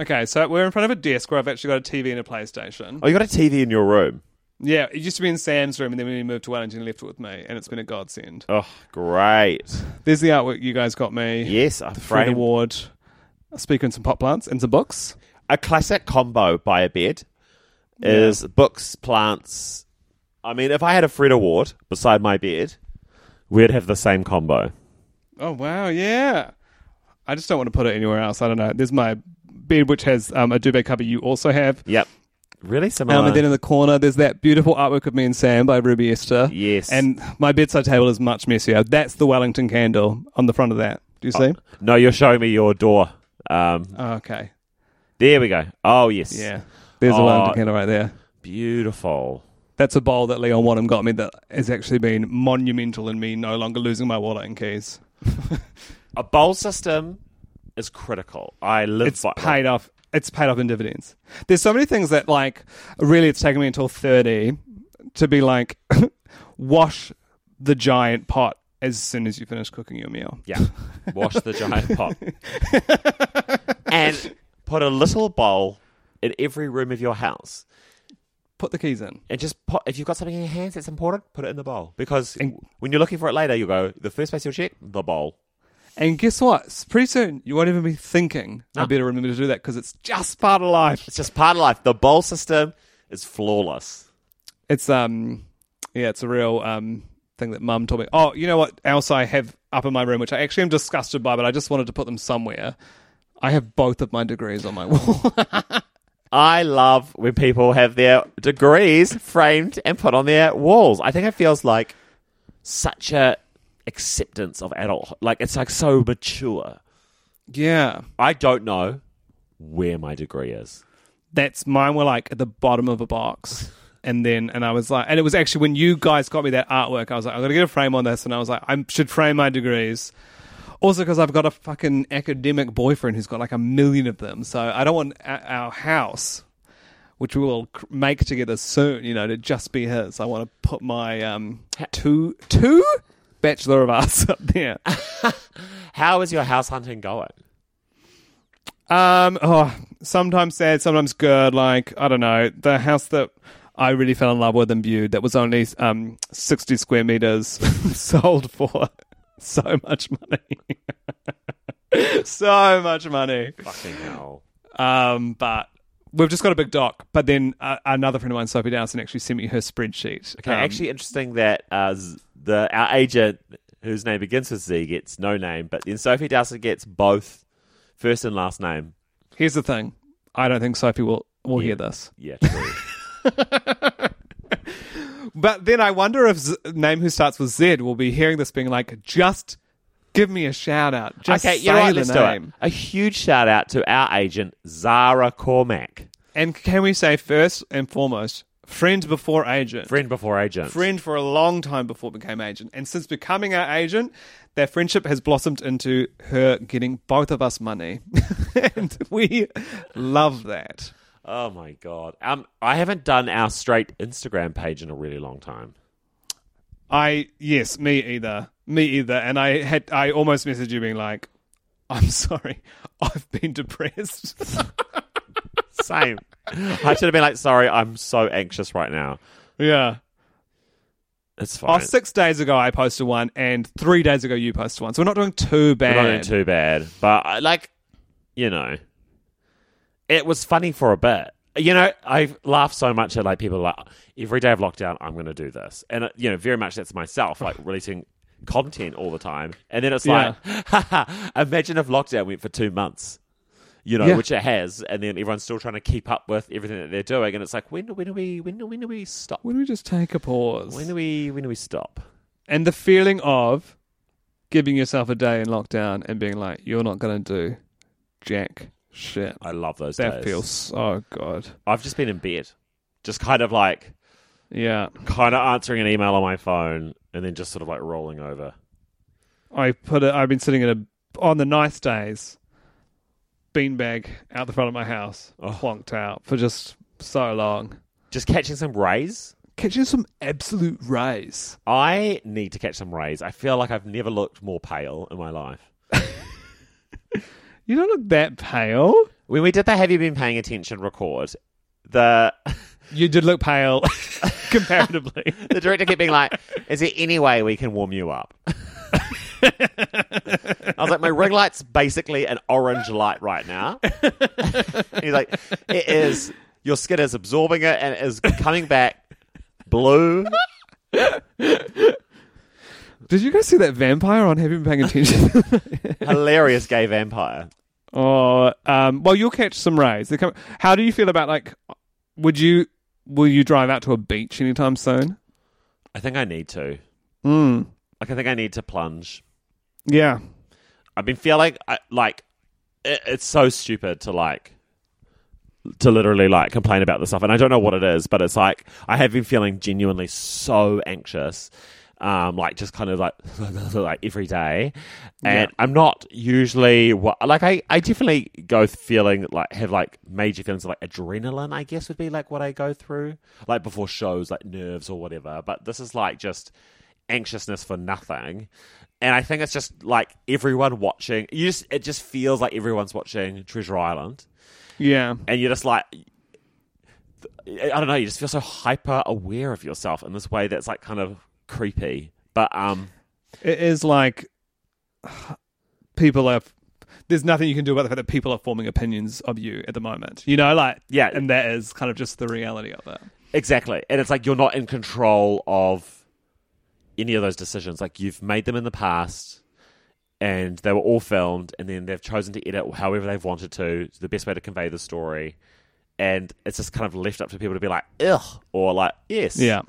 Speaker 1: Okay, so we're in front of a desk where I've actually got a TV and a PlayStation.
Speaker 2: Oh, you got a TV in your room.
Speaker 1: Yeah, it used to be in Sam's room, and then when we moved to Wellington, he left it with me, and it's been a godsend.
Speaker 2: Oh, great.
Speaker 1: There's the artwork you guys got me.
Speaker 2: Yes, a
Speaker 1: Fred
Speaker 2: frame.
Speaker 1: Award, a speaker and some pot plants and some books.
Speaker 2: A classic combo by a bed is books, plants. I mean, if I had a Fred Award beside my bed, we'd have the same combo.
Speaker 1: Oh wow, yeah. I just don't want to put it anywhere else. I don't know. There's my bed, which has um, a duvet cover. You also have.
Speaker 2: Yep. Really similar.
Speaker 1: Um, and then in the corner, there's that beautiful artwork of me and Sam by Ruby Esther.
Speaker 2: Yes.
Speaker 1: And my bedside table is much messier. That's the Wellington candle on the front of that. Do you see?
Speaker 2: no, you're showing me your door. Um,
Speaker 1: Oh, okay.
Speaker 2: there we go. Oh, yes.
Speaker 1: Yeah. There's a
Speaker 2: Oh.
Speaker 1: Wellington candle right there.
Speaker 2: Beautiful.
Speaker 1: That's a bowl that Leon Wadham got me that has actually been monumental in me no longer losing my wallet and keys.
Speaker 2: A bowl system is critical. I live
Speaker 1: it's
Speaker 2: by
Speaker 1: paid off. It's paid off in dividends. There's so many things that like really it's taken me until 30 to be like [LAUGHS] wash the giant pot as soon as you finish cooking your meal.
Speaker 2: Yeah. Wash
Speaker 1: [LAUGHS]
Speaker 2: the giant pot. and put a little bowl in every room of your house.
Speaker 1: Put the keys in.
Speaker 2: And just put, if you've got something in your hands that's important, put it in the bowl. Because
Speaker 1: And-
Speaker 2: when you're looking for it later, you'll go, the first place you'll check, the bowl.
Speaker 1: And guess what? S- Pretty soon you won't even be thinking I better remember to do that because it's just part of life.
Speaker 2: It's just part of life. The bowl system is flawless.
Speaker 1: It's um yeah, it's a real um thing that mum taught me. Oh, you know what else I have up in my room which I actually am disgusted by but I just wanted to put them somewhere. I have both of my degrees on my wall. [LAUGHS]
Speaker 2: I love when people have their degrees framed and put on their walls. I think it feels like such a acceptance of adult. Like it's like so mature.
Speaker 1: yeah.
Speaker 2: I don't know where my degree is.
Speaker 1: that's mine were like at the bottom of a box. And then, and I was like, and it was actually when you guys got me that artwork, I was like, I'm going to get a frame on this. And I was like, I should frame my degrees. Also, because I've got a fucking academic boyfriend who's got like a million of them. So I don't want our, our house, which we will cr- make together soon, you know, to just be his. I want to put my um, two, two Bachelor of Arts up there.
Speaker 2: How is your house hunting going?
Speaker 1: Um, oh, sometimes sad, sometimes good. Like I don't know, the house that I really fell in love with and viewed that was only um sixty square meters [LAUGHS] sold for so much money, [LAUGHS] so much money.
Speaker 2: Fucking hell.
Speaker 1: Um, but. We've just got a big doc, but then uh, another friend of mine, Sophie Dowson, actually sent me her spreadsheet.
Speaker 2: Okay,
Speaker 1: Um,
Speaker 2: actually interesting that uh, Z- the our agent whose name begins with Z gets no name, but then Sophie Dowson gets both first and last name.
Speaker 1: here's the thing: I don't think Sophie will will hear this.
Speaker 2: Yeah, true.
Speaker 1: But then I wonder if Z- name who starts with Z will be hearing this being like, just give me a shout out. Just
Speaker 2: okay,
Speaker 1: say
Speaker 2: you're right.
Speaker 1: the
Speaker 2: Let's
Speaker 1: name.
Speaker 2: do it. A huge shout out to our agent Zara Cormack,
Speaker 1: And can we say first and foremost, friend before agent.
Speaker 2: friend before agent.
Speaker 1: Friend for a long time before became agent. And since becoming our agent, their friendship has blossomed into her getting both of us money. [LAUGHS] and we love that.
Speaker 2: Oh my god. Um, I haven't done our straight Instagram page in a really long time.
Speaker 1: I yes, me either, me either. And I had I almost messaged you being like, "I'm sorry, [LAUGHS] I've been depressed." [LAUGHS]
Speaker 2: Same. I should have been like, sorry, I'm so anxious right now.
Speaker 1: yeah.
Speaker 2: It's
Speaker 1: Oh,
Speaker 2: fine.
Speaker 1: six days ago I posted one, and three days ago you posted one. So we're not doing too
Speaker 2: We're
Speaker 1: bad.
Speaker 2: not doing too bad, but I, like, you know, it was funny for a bit. You know, I laugh so
Speaker 1: [LAUGHS]
Speaker 2: much at like people like every day of lockdown, I'm going to do this, and uh, you know, very much that's myself like releasing content all the time. And then it's
Speaker 1: Yeah.
Speaker 2: like, haha, imagine if lockdown went for two months, you know,
Speaker 1: Yeah.
Speaker 2: which it has, and then everyone's still trying to keep up with everything that they're doing. And it's like, when do, when do we when do, when do we stop?
Speaker 1: When do we just take a pause?
Speaker 2: When do we when do we stop?
Speaker 1: and the feeling of giving yourself a day in lockdown and being like, you're not going to do jack shit.
Speaker 2: I love those
Speaker 1: That
Speaker 2: days.
Speaker 1: feels so good.
Speaker 2: I've just been in bed, just kind of like
Speaker 1: Yeah.
Speaker 2: kind of answering an email on my phone, and then just sort of like rolling over.
Speaker 1: I put it. I've been sitting in a on the nice days, beanbag out the front of my house,
Speaker 2: Oh.
Speaker 1: plonked out for just so long,
Speaker 2: Just catching some rays.
Speaker 1: catching some absolute rays.
Speaker 2: I need to catch some rays. I feel like I've never looked more pale in my life.
Speaker 1: You don't look that pale.
Speaker 2: When we did the Have You Been Paying Attention record, the [LAUGHS]
Speaker 1: You did look pale, [LAUGHS] comparatively.
Speaker 2: the director kept being like, Is there any way we can warm you up? [LAUGHS] I was like, My ring light's basically an orange light right now. [LAUGHS] he's like, It is, your skin is absorbing it and it is coming back blue.
Speaker 1: [LAUGHS] did you guys see that vampire on? Have you been paying attention? [LAUGHS]
Speaker 2: Hilarious gay vampire.
Speaker 1: or um, well, you'll catch some rays. They come. How do you feel about like? Would you will you drive out to a beach anytime soon?
Speaker 2: I think I need to.
Speaker 1: Mm.
Speaker 2: Like, I think I need to plunge.
Speaker 1: Yeah.
Speaker 2: I've been feeling I, like it, it's so stupid to like to literally like complain about this stuff, and I don't know what it is, but it's like I have been feeling genuinely so anxious. Um, like just kind of like [LAUGHS] like every day, and I'm not usually wha- like I, I definitely go th- feeling like have like major feelings of like adrenaline I guess would be like what I go through like before shows like nerves or whatever but this is like just anxiousness for nothing. And I think it's just like everyone watching. You just it just feels like everyone's watching Treasure Island,
Speaker 1: Yeah.
Speaker 2: and you're just like, I don't know. You just feel so hyper aware of yourself in this way that's like kind of creepy. But um,
Speaker 1: It is like people are. There's nothing you can do about the fact that people are forming opinions of you at the moment. You know, like
Speaker 2: Yeah.
Speaker 1: and that is kind of just the reality of it.
Speaker 2: exactly, and it's like you're not in control of any of those decisions. Like you've made them in the past. And they were all filmed, and then they've chosen to edit however they've wanted to, the best way to convey the story. and it's just kind of left up to people to be like, ugh, or like, yes.
Speaker 1: Yeah,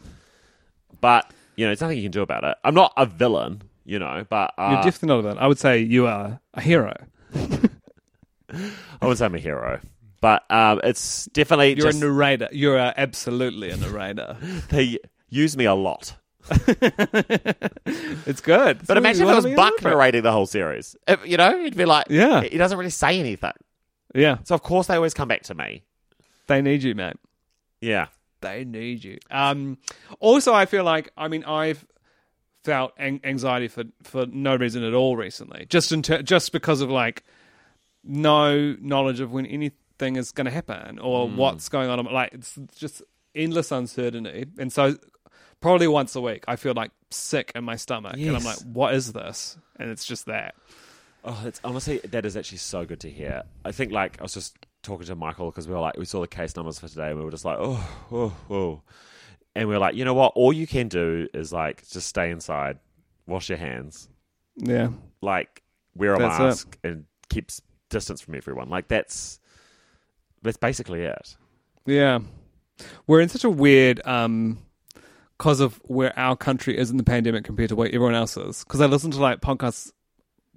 Speaker 2: But, you know, there's nothing you can do about it. I'm not a villain, you know, but
Speaker 1: you're
Speaker 2: uh,
Speaker 1: definitely not of that. I would say you are a hero.
Speaker 2: I wouldn't say I'm a hero. But um, it's definitely
Speaker 1: You're
Speaker 2: just,
Speaker 1: a narrator. You're a, absolutely a narrator.
Speaker 2: they use me a lot.
Speaker 1: [LAUGHS] it's good.
Speaker 2: But imagine if it was Buck narrating the whole series. If, you know, he'd be like,
Speaker 1: Yeah.
Speaker 2: he doesn't really say anything.
Speaker 1: Yeah,
Speaker 2: So, of course, they always come back to me.
Speaker 1: they need you, mate.
Speaker 2: Yeah.
Speaker 1: they need you. Um, also, I feel like I mean I've felt an- anxiety for for no reason at all recently, just in ter- just because of like no knowledge of when anything is going to happen or what's going on. Like it's just endless uncertainty, and so probably once a week I feel like sick in my stomach, and I'm like,
Speaker 2: Yes.
Speaker 1: what is this? And it's just that.
Speaker 2: Oh, it's honestly that is actually so good to hear. I think like I was just talking to Michael because we were like we saw the case numbers for today and we were just like oh oh oh, and we were like you know what all you can do is like just stay inside, wash your hands,
Speaker 1: Yeah,
Speaker 2: like wear a
Speaker 1: That's it.
Speaker 2: mask and keep s- distance from everyone. Like that's that's basically it.
Speaker 1: Yeah. We're in such a weird um because of where our country is in the pandemic compared to where everyone else is. Because I listened to like podcasts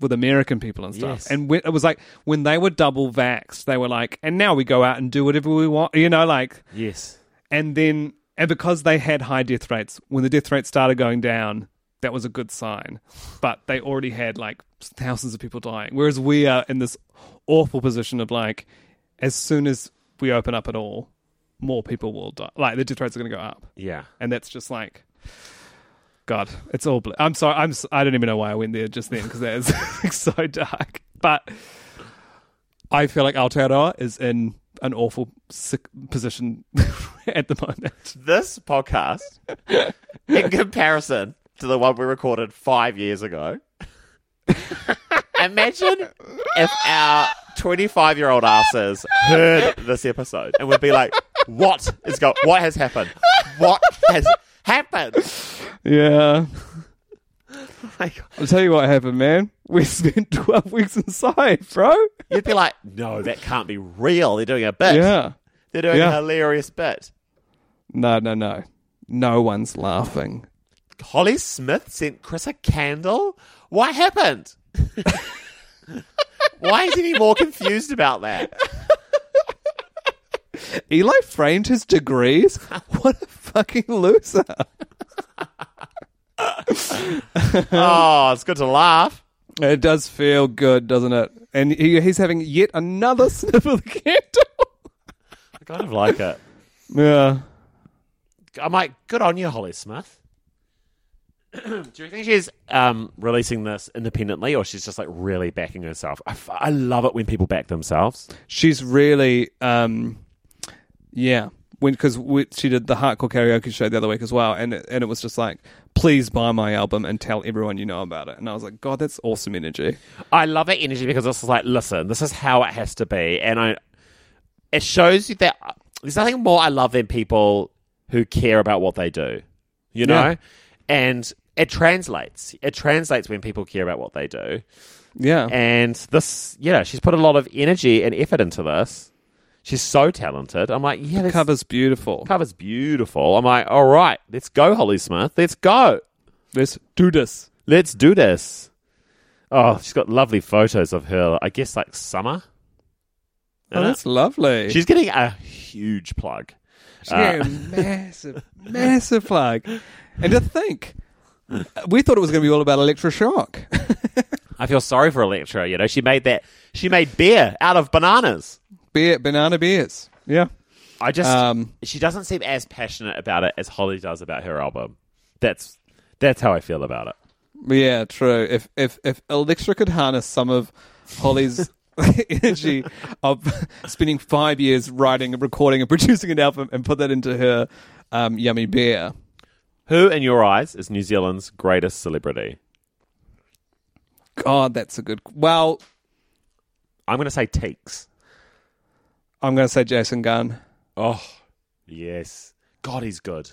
Speaker 1: with American people and stuff,
Speaker 2: Yes.
Speaker 1: and when, it was like when they were double vaxxed, they were like, and now we go out and do whatever we want, you know, like,
Speaker 2: Yes,
Speaker 1: and then and because they had high death rates, when the death rate started going down, that was a good sign. But they already had like thousands of people dying, whereas we are in this awful position of like, as soon as we open up at all, more people will die. Like the death rates are going to go up,
Speaker 2: yeah.
Speaker 1: and that's just like. God, it's all. Bl- I'm sorry. I'm. s- I don't even know why I went there just then because that is [LAUGHS] like, so dark. But I feel like Aotearoa is in an awful sick position [LAUGHS] at the moment.
Speaker 2: This podcast,
Speaker 1: [LAUGHS]
Speaker 2: in comparison to the one we recorded five years ago, imagine if our 25 year old asses heard this episode and would be like, what is going What has happened? What has happened?
Speaker 1: Yeah. I'll tell you what happened, man. We [LAUGHS] spent 12 weeks inside, bro.
Speaker 2: You'd be like, no, that can't be real. They're doing a bit.
Speaker 1: Yeah.
Speaker 2: They're doing
Speaker 1: Yeah.
Speaker 2: a hilarious bit.
Speaker 1: No, no, no. No one's laughing.
Speaker 2: Holly Smith sent Chris a candle? What happened? [LAUGHS] Why isn't he more confused about that?
Speaker 1: Eli framed his degrees? What a fucking loser.
Speaker 2: Oh, it's good to laugh.
Speaker 1: It does feel good, doesn't it? And he, he's having yet another [LAUGHS] sniff of the candle.
Speaker 2: I kind of like it.
Speaker 1: Yeah.
Speaker 2: I'm like, good on you, Holly Smith. [CLEARS THROAT] Do you think she's um, releasing this independently, or she's just like really backing herself? I, f- I love it when people back themselves.
Speaker 1: she's really um yeah because she did the hardcore karaoke show the other week as well and it, and it was just like please buy my album and tell everyone you know about it and i was like god that's awesome energy
Speaker 2: I love that energy because this is like, listen, this is how it has to be, and I it shows you that there's nothing more I love than people who care about what they do, you know,
Speaker 1: Yeah.
Speaker 2: and it translates. It translates when people care about what they do.
Speaker 1: yeah
Speaker 2: And this, yeah, she's put a lot of energy and effort into this. She's so talented. I'm like, yeah,
Speaker 1: the
Speaker 2: this
Speaker 1: cover's beautiful
Speaker 2: cover's beautiful. I'm like, all right, let's go, Holly Smith. Let's go.
Speaker 1: let's do this
Speaker 2: Let's do this. Oh, she's got lovely photos of her, I guess, like summer. uh,
Speaker 1: oh that's lovely
Speaker 2: She's getting a huge plug. Uh,
Speaker 1: She's getting a massive massive plug and to think we thought it was going to be all about electroshock
Speaker 2: [LAUGHS] I feel sorry for Electra. You know, she made that. She made beer out of bananas.
Speaker 1: beer banana beers yeah
Speaker 2: I just
Speaker 1: Um,
Speaker 2: she doesn't seem as passionate about it as Holly does about her album. That's that's how I feel about it.
Speaker 1: Yeah, true. If if if Electra could harness some of Holly's [LAUGHS] energy of spending five years writing and recording and producing an album and put that into her um, yummy beer,
Speaker 2: Who, in your eyes, is New Zealand's greatest celebrity?
Speaker 1: God, that's a good. Well,
Speaker 2: I'm going to say Teeks.
Speaker 1: I'm going to say Jason Gunn.
Speaker 2: Oh, yes. God, he's good.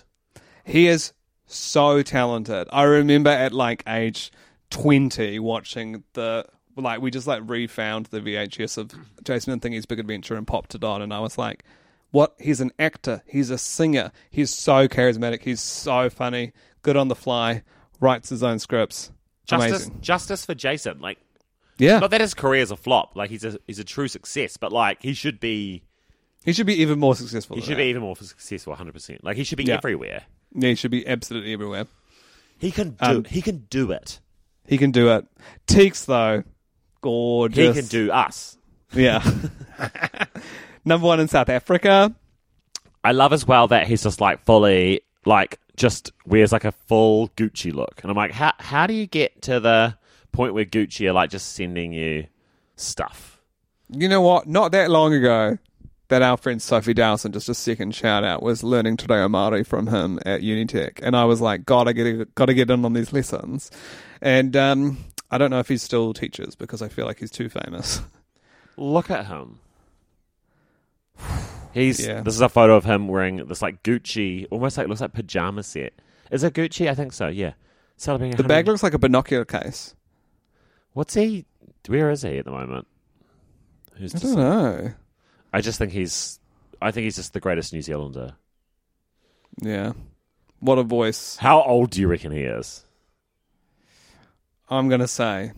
Speaker 1: He is so talented. I remember at like age 20 watching the like we just like refound the VHS of Jason and Thingy's Big Adventure and popped it on and I was like what he's an actor, he's a singer. He's so charismatic, he's so funny, good on the fly, writes his own scripts.
Speaker 2: Justice,
Speaker 1: Amazing.
Speaker 2: justice for Jason. Like,
Speaker 1: Yeah.
Speaker 2: not that his career's a flop. Like, he's a he's a true success. But like, he should be
Speaker 1: He should be even more successful.
Speaker 2: he
Speaker 1: than
Speaker 2: should be
Speaker 1: that.
Speaker 2: even more successful. 100. percent Like, he should be
Speaker 1: Yeah.
Speaker 2: everywhere.
Speaker 1: Yeah, he should be absolutely everywhere.
Speaker 2: He can do. he can do it.
Speaker 1: He can do it. Teeks though,
Speaker 2: He
Speaker 1: gorgeous.
Speaker 2: can do us. [LAUGHS]
Speaker 1: Yeah. Number 1 in South Africa.
Speaker 2: I love as well that he's just like fully like just wears like a full Gucci look, and I'm like, how how do you get to the point where Gucci are like just sending you stuff?
Speaker 1: You know what? Not that long ago, that our friend Sophie Dowson, just a second shout out, was learning Te Reo Māori from him at Unitech, and I was like, God, I get got to get in on these lessons, and um, I don't know if he still teaches because I feel like he's too famous.
Speaker 2: Look at him. He's
Speaker 1: Yeah.
Speaker 2: this is a photo of him wearing this like Gucci, almost like looks like pajama set. Is it Gucci? I think so. Yeah, celebrating
Speaker 1: The bag looks like a binocular case.
Speaker 2: What's he? Where is he at the moment? Who's
Speaker 1: I
Speaker 2: just-
Speaker 1: don't know.
Speaker 2: I just think he's. I think he's just the greatest New Zealander.
Speaker 1: Yeah, what a voice!
Speaker 2: How old do you reckon he is?
Speaker 1: I'm gonna say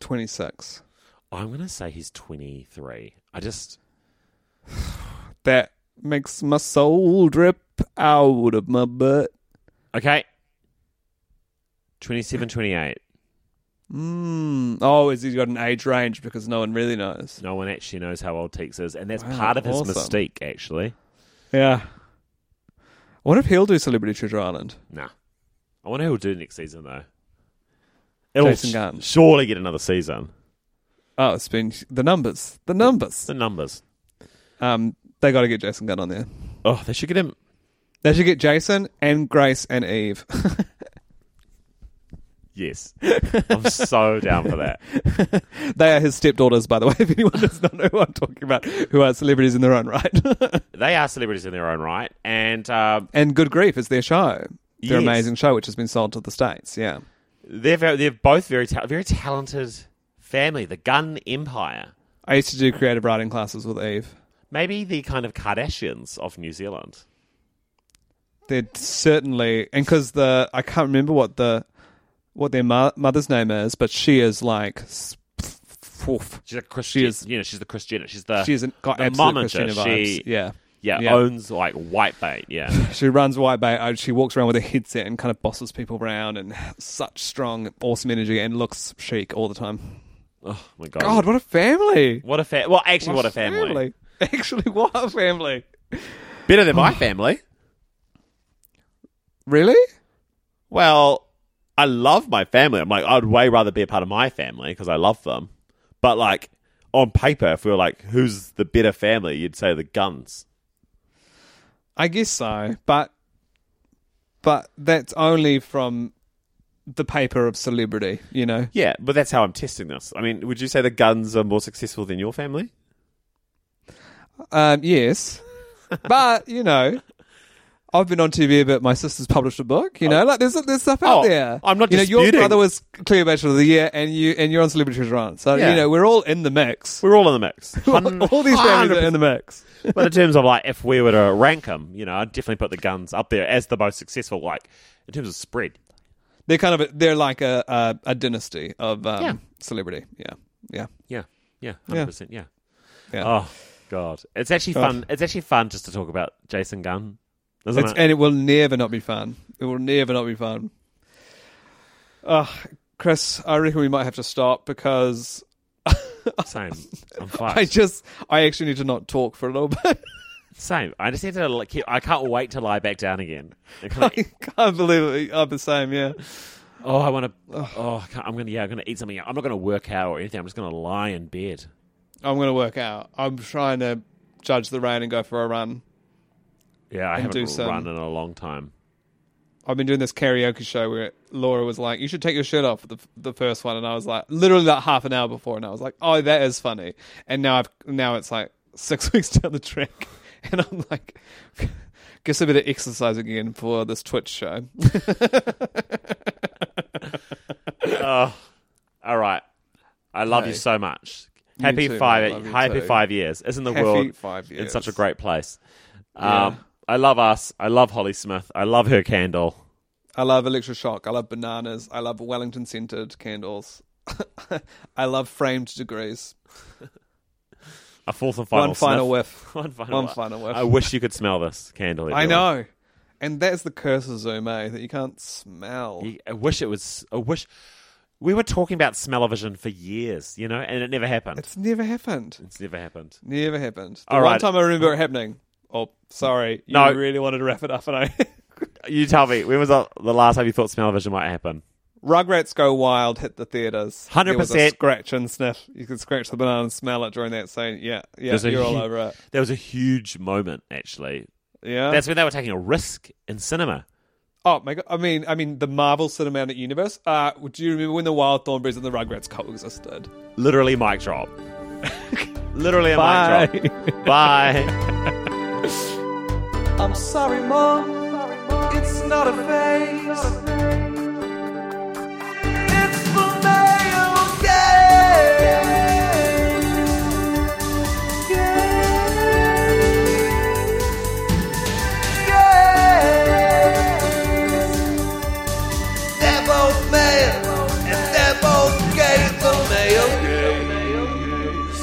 Speaker 1: twenty six.
Speaker 2: I'm gonna say he's 23. I just
Speaker 1: That makes my soul drip out of my butt.
Speaker 2: okay. 27, 28.
Speaker 1: Mm. Oh, is he got an age range because no one really knows?
Speaker 2: No one actually knows how old Teeks is, and that's
Speaker 1: Wow,
Speaker 2: part of his
Speaker 1: awesome.
Speaker 2: mystique. Actually,
Speaker 1: Yeah. What if he'll do Celebrity Treasure Island?
Speaker 2: nah. I wonder who will do next season though. It'll
Speaker 1: Jason Gunn.
Speaker 2: surely get another season.
Speaker 1: Oh, it's been the numbers. The numbers.
Speaker 2: The numbers.
Speaker 1: Um, they got to get Jason Gunn on there.
Speaker 2: Oh, they should get him.
Speaker 1: They should get Jason and Grace and Eve. [LAUGHS]
Speaker 2: Yes, I'm so down for [LAUGHS] that.
Speaker 1: they are his stepdaughters, by the way. [LAUGHS] If anyone does not know who I'm talking about, who are celebrities in their own right. [LAUGHS]
Speaker 2: They are celebrities in their own right, and um,
Speaker 1: and Good Grief is their show. Their
Speaker 2: Yes.
Speaker 1: amazing show, which has been sold to the states. Yeah.
Speaker 2: They're very, they're both very ta- very talented family. The Gun Empire,
Speaker 1: I used to do creative writing classes with Eve.
Speaker 2: maybe the kind of Kardashians of New Zealand.
Speaker 1: They're certainly, and because the I can't remember what the what their mo- mother's name is, but she is like, s- poof.
Speaker 2: She's a Christian.
Speaker 1: is-
Speaker 2: you know, she's the Christian.
Speaker 1: [LAUGHS]
Speaker 2: She's the
Speaker 1: she's an, got
Speaker 2: the
Speaker 1: absolute
Speaker 2: momager.
Speaker 1: Christian vibes.
Speaker 2: She
Speaker 1: yeah,
Speaker 2: yeah,
Speaker 1: Yeah.
Speaker 2: owns like Whitebait. [LAUGHS] Yeah,
Speaker 1: she runs white bay. uh, She walks around with a headset and kind of bosses people around, and such strong, awesome energy, and looks chic all the time.
Speaker 2: oh my god,
Speaker 1: God, what a family!
Speaker 2: what a fa- well, actually, what, a family.
Speaker 1: [LAUGHS] Actually, what a family!
Speaker 2: Better than my family.
Speaker 1: Really?
Speaker 2: Well, I love my family. I'm like, I'd way rather be a part of my family because I love them. But like on paper, if we were like, who's the better family? You'd say the guns.
Speaker 1: I guess so, but but that's only from the paper of celebrity, you know.
Speaker 2: Yeah, but that's how I'm testing this. I mean, would you say the guns are more successful than your family?
Speaker 1: Um, yes, but you know, I've been on TV a bit. My sister's published a book. You know, like there's there's stuff out
Speaker 2: Oh,
Speaker 1: there.
Speaker 2: I'm not
Speaker 1: You know, your
Speaker 2: disputing.
Speaker 1: brother was clear Bachelor of the Year, and you and you're on Celebrity Treasure Island. So
Speaker 2: Yeah.
Speaker 1: you know, we're all in the mix.
Speaker 2: We're all in the mix.
Speaker 1: [LAUGHS] all these families are in the mix.
Speaker 2: but in terms of like, if we were to rank them, you know, I'd definitely put the guns up there as the most successful. Like in terms of spread.
Speaker 1: They're kind of a, they're like a a, a dynasty of um,
Speaker 2: Yeah.
Speaker 1: celebrity. Yeah, yeah.
Speaker 2: Yeah, yeah,
Speaker 1: Yeah.
Speaker 2: hundred percent. Yeah.
Speaker 1: Yeah.
Speaker 2: Oh God, it's actually fun. It's actually fun just to talk about Jason Gunn. Isn't
Speaker 1: It's,
Speaker 2: it?
Speaker 1: and it will never not be fun. It will never not be fun. Ugh, Chris, I reckon we might have to stop because [LAUGHS]
Speaker 2: Same. I'm
Speaker 1: I
Speaker 2: fine.
Speaker 1: just I actually need to not talk for a little [LAUGHS] bit.
Speaker 2: Same. I just need to. Like, keep, I can't wait to lie back down again. I
Speaker 1: I [LAUGHS]
Speaker 2: can't-
Speaker 1: can't believe it. I'm the same. Yeah,
Speaker 2: oh, I want to. Oh, I can't, I'm gonna. Yeah, I'm gonna eat something. I'm not gonna work out or anything. I'm just gonna lie in bed.
Speaker 1: I'm gonna work out. I'm trying to judge the rain and go for a run.
Speaker 2: Yeah, I
Speaker 1: do
Speaker 2: haven't
Speaker 1: some-
Speaker 2: run in a long time.
Speaker 1: I've been doing this karaoke show where Laura was like, "You should take your shirt off." for The the first one, and I was like, literally like half an hour before, and I was like, "Oh, that is funny." And now I've now it's like six [LAUGHS] weeks down the track, and I'm like, [LAUGHS] "Guess a bit of exercise again for this Twitch show." [LAUGHS]
Speaker 2: oh, all right. I love you
Speaker 1: Hey.
Speaker 2: so much. Happy
Speaker 1: too, man.
Speaker 2: five.
Speaker 1: Love you
Speaker 2: Happy
Speaker 1: too.
Speaker 2: five years. Isn't the
Speaker 1: Happy
Speaker 2: world
Speaker 1: five
Speaker 2: in such a
Speaker 1: years.
Speaker 2: great place?
Speaker 1: Yeah.
Speaker 2: Um, I love us. I love Holly Smith. I love her candle.
Speaker 1: I love electroshock. I love bananas. I love Wellington scented candles. [LAUGHS] I love framed degrees.
Speaker 2: A fourth and final.
Speaker 1: one final
Speaker 2: sniff.
Speaker 1: whiff.
Speaker 2: [LAUGHS] One final.
Speaker 1: One
Speaker 2: whiff.
Speaker 1: final whiff.
Speaker 2: I wish you could smell this candle.
Speaker 1: [LAUGHS] I
Speaker 2: everyone.
Speaker 1: know. And that's the curse of Zoom, eh? That you can't smell.
Speaker 2: You- I wish it was. I wish we were talking about smell-o-vision for years, you know, and it never happened. It's,
Speaker 1: It's never happened.
Speaker 2: never happened.
Speaker 1: Never happened. The
Speaker 2: All
Speaker 1: one
Speaker 2: right.
Speaker 1: time I remember it happening. Oh, sorry. You
Speaker 2: No.
Speaker 1: really [LAUGHS] wanted to wrap it up, and I.
Speaker 2: You tell me, when was the, the last time you thought smell-o-vision might happen?
Speaker 1: Rugrats Go Wild hit the theaters. There was a
Speaker 2: 100%.
Speaker 1: Scratch and sniff. You could scratch the banana and smell it during that scene. Yeah, yeah.
Speaker 2: There's a
Speaker 1: You're all
Speaker 2: hu-
Speaker 1: over it.
Speaker 2: There was a huge moment, actually.
Speaker 1: Yeah.
Speaker 2: That's when they were taking a risk in cinema.
Speaker 1: oh my god. I mean, I mean, the Marvel Cinematic Universe. Uh, do you remember when the Wild Thornberrys and the Rugrats coexisted?
Speaker 2: Literally, mic drop. [LAUGHS] Literally, a [LAUGHS] mic drop. Bye.
Speaker 3: I'm sorry, Mom. It's not a phase. It's the male gaze. Gaze. They're both male, and they're both gay. The male gaze.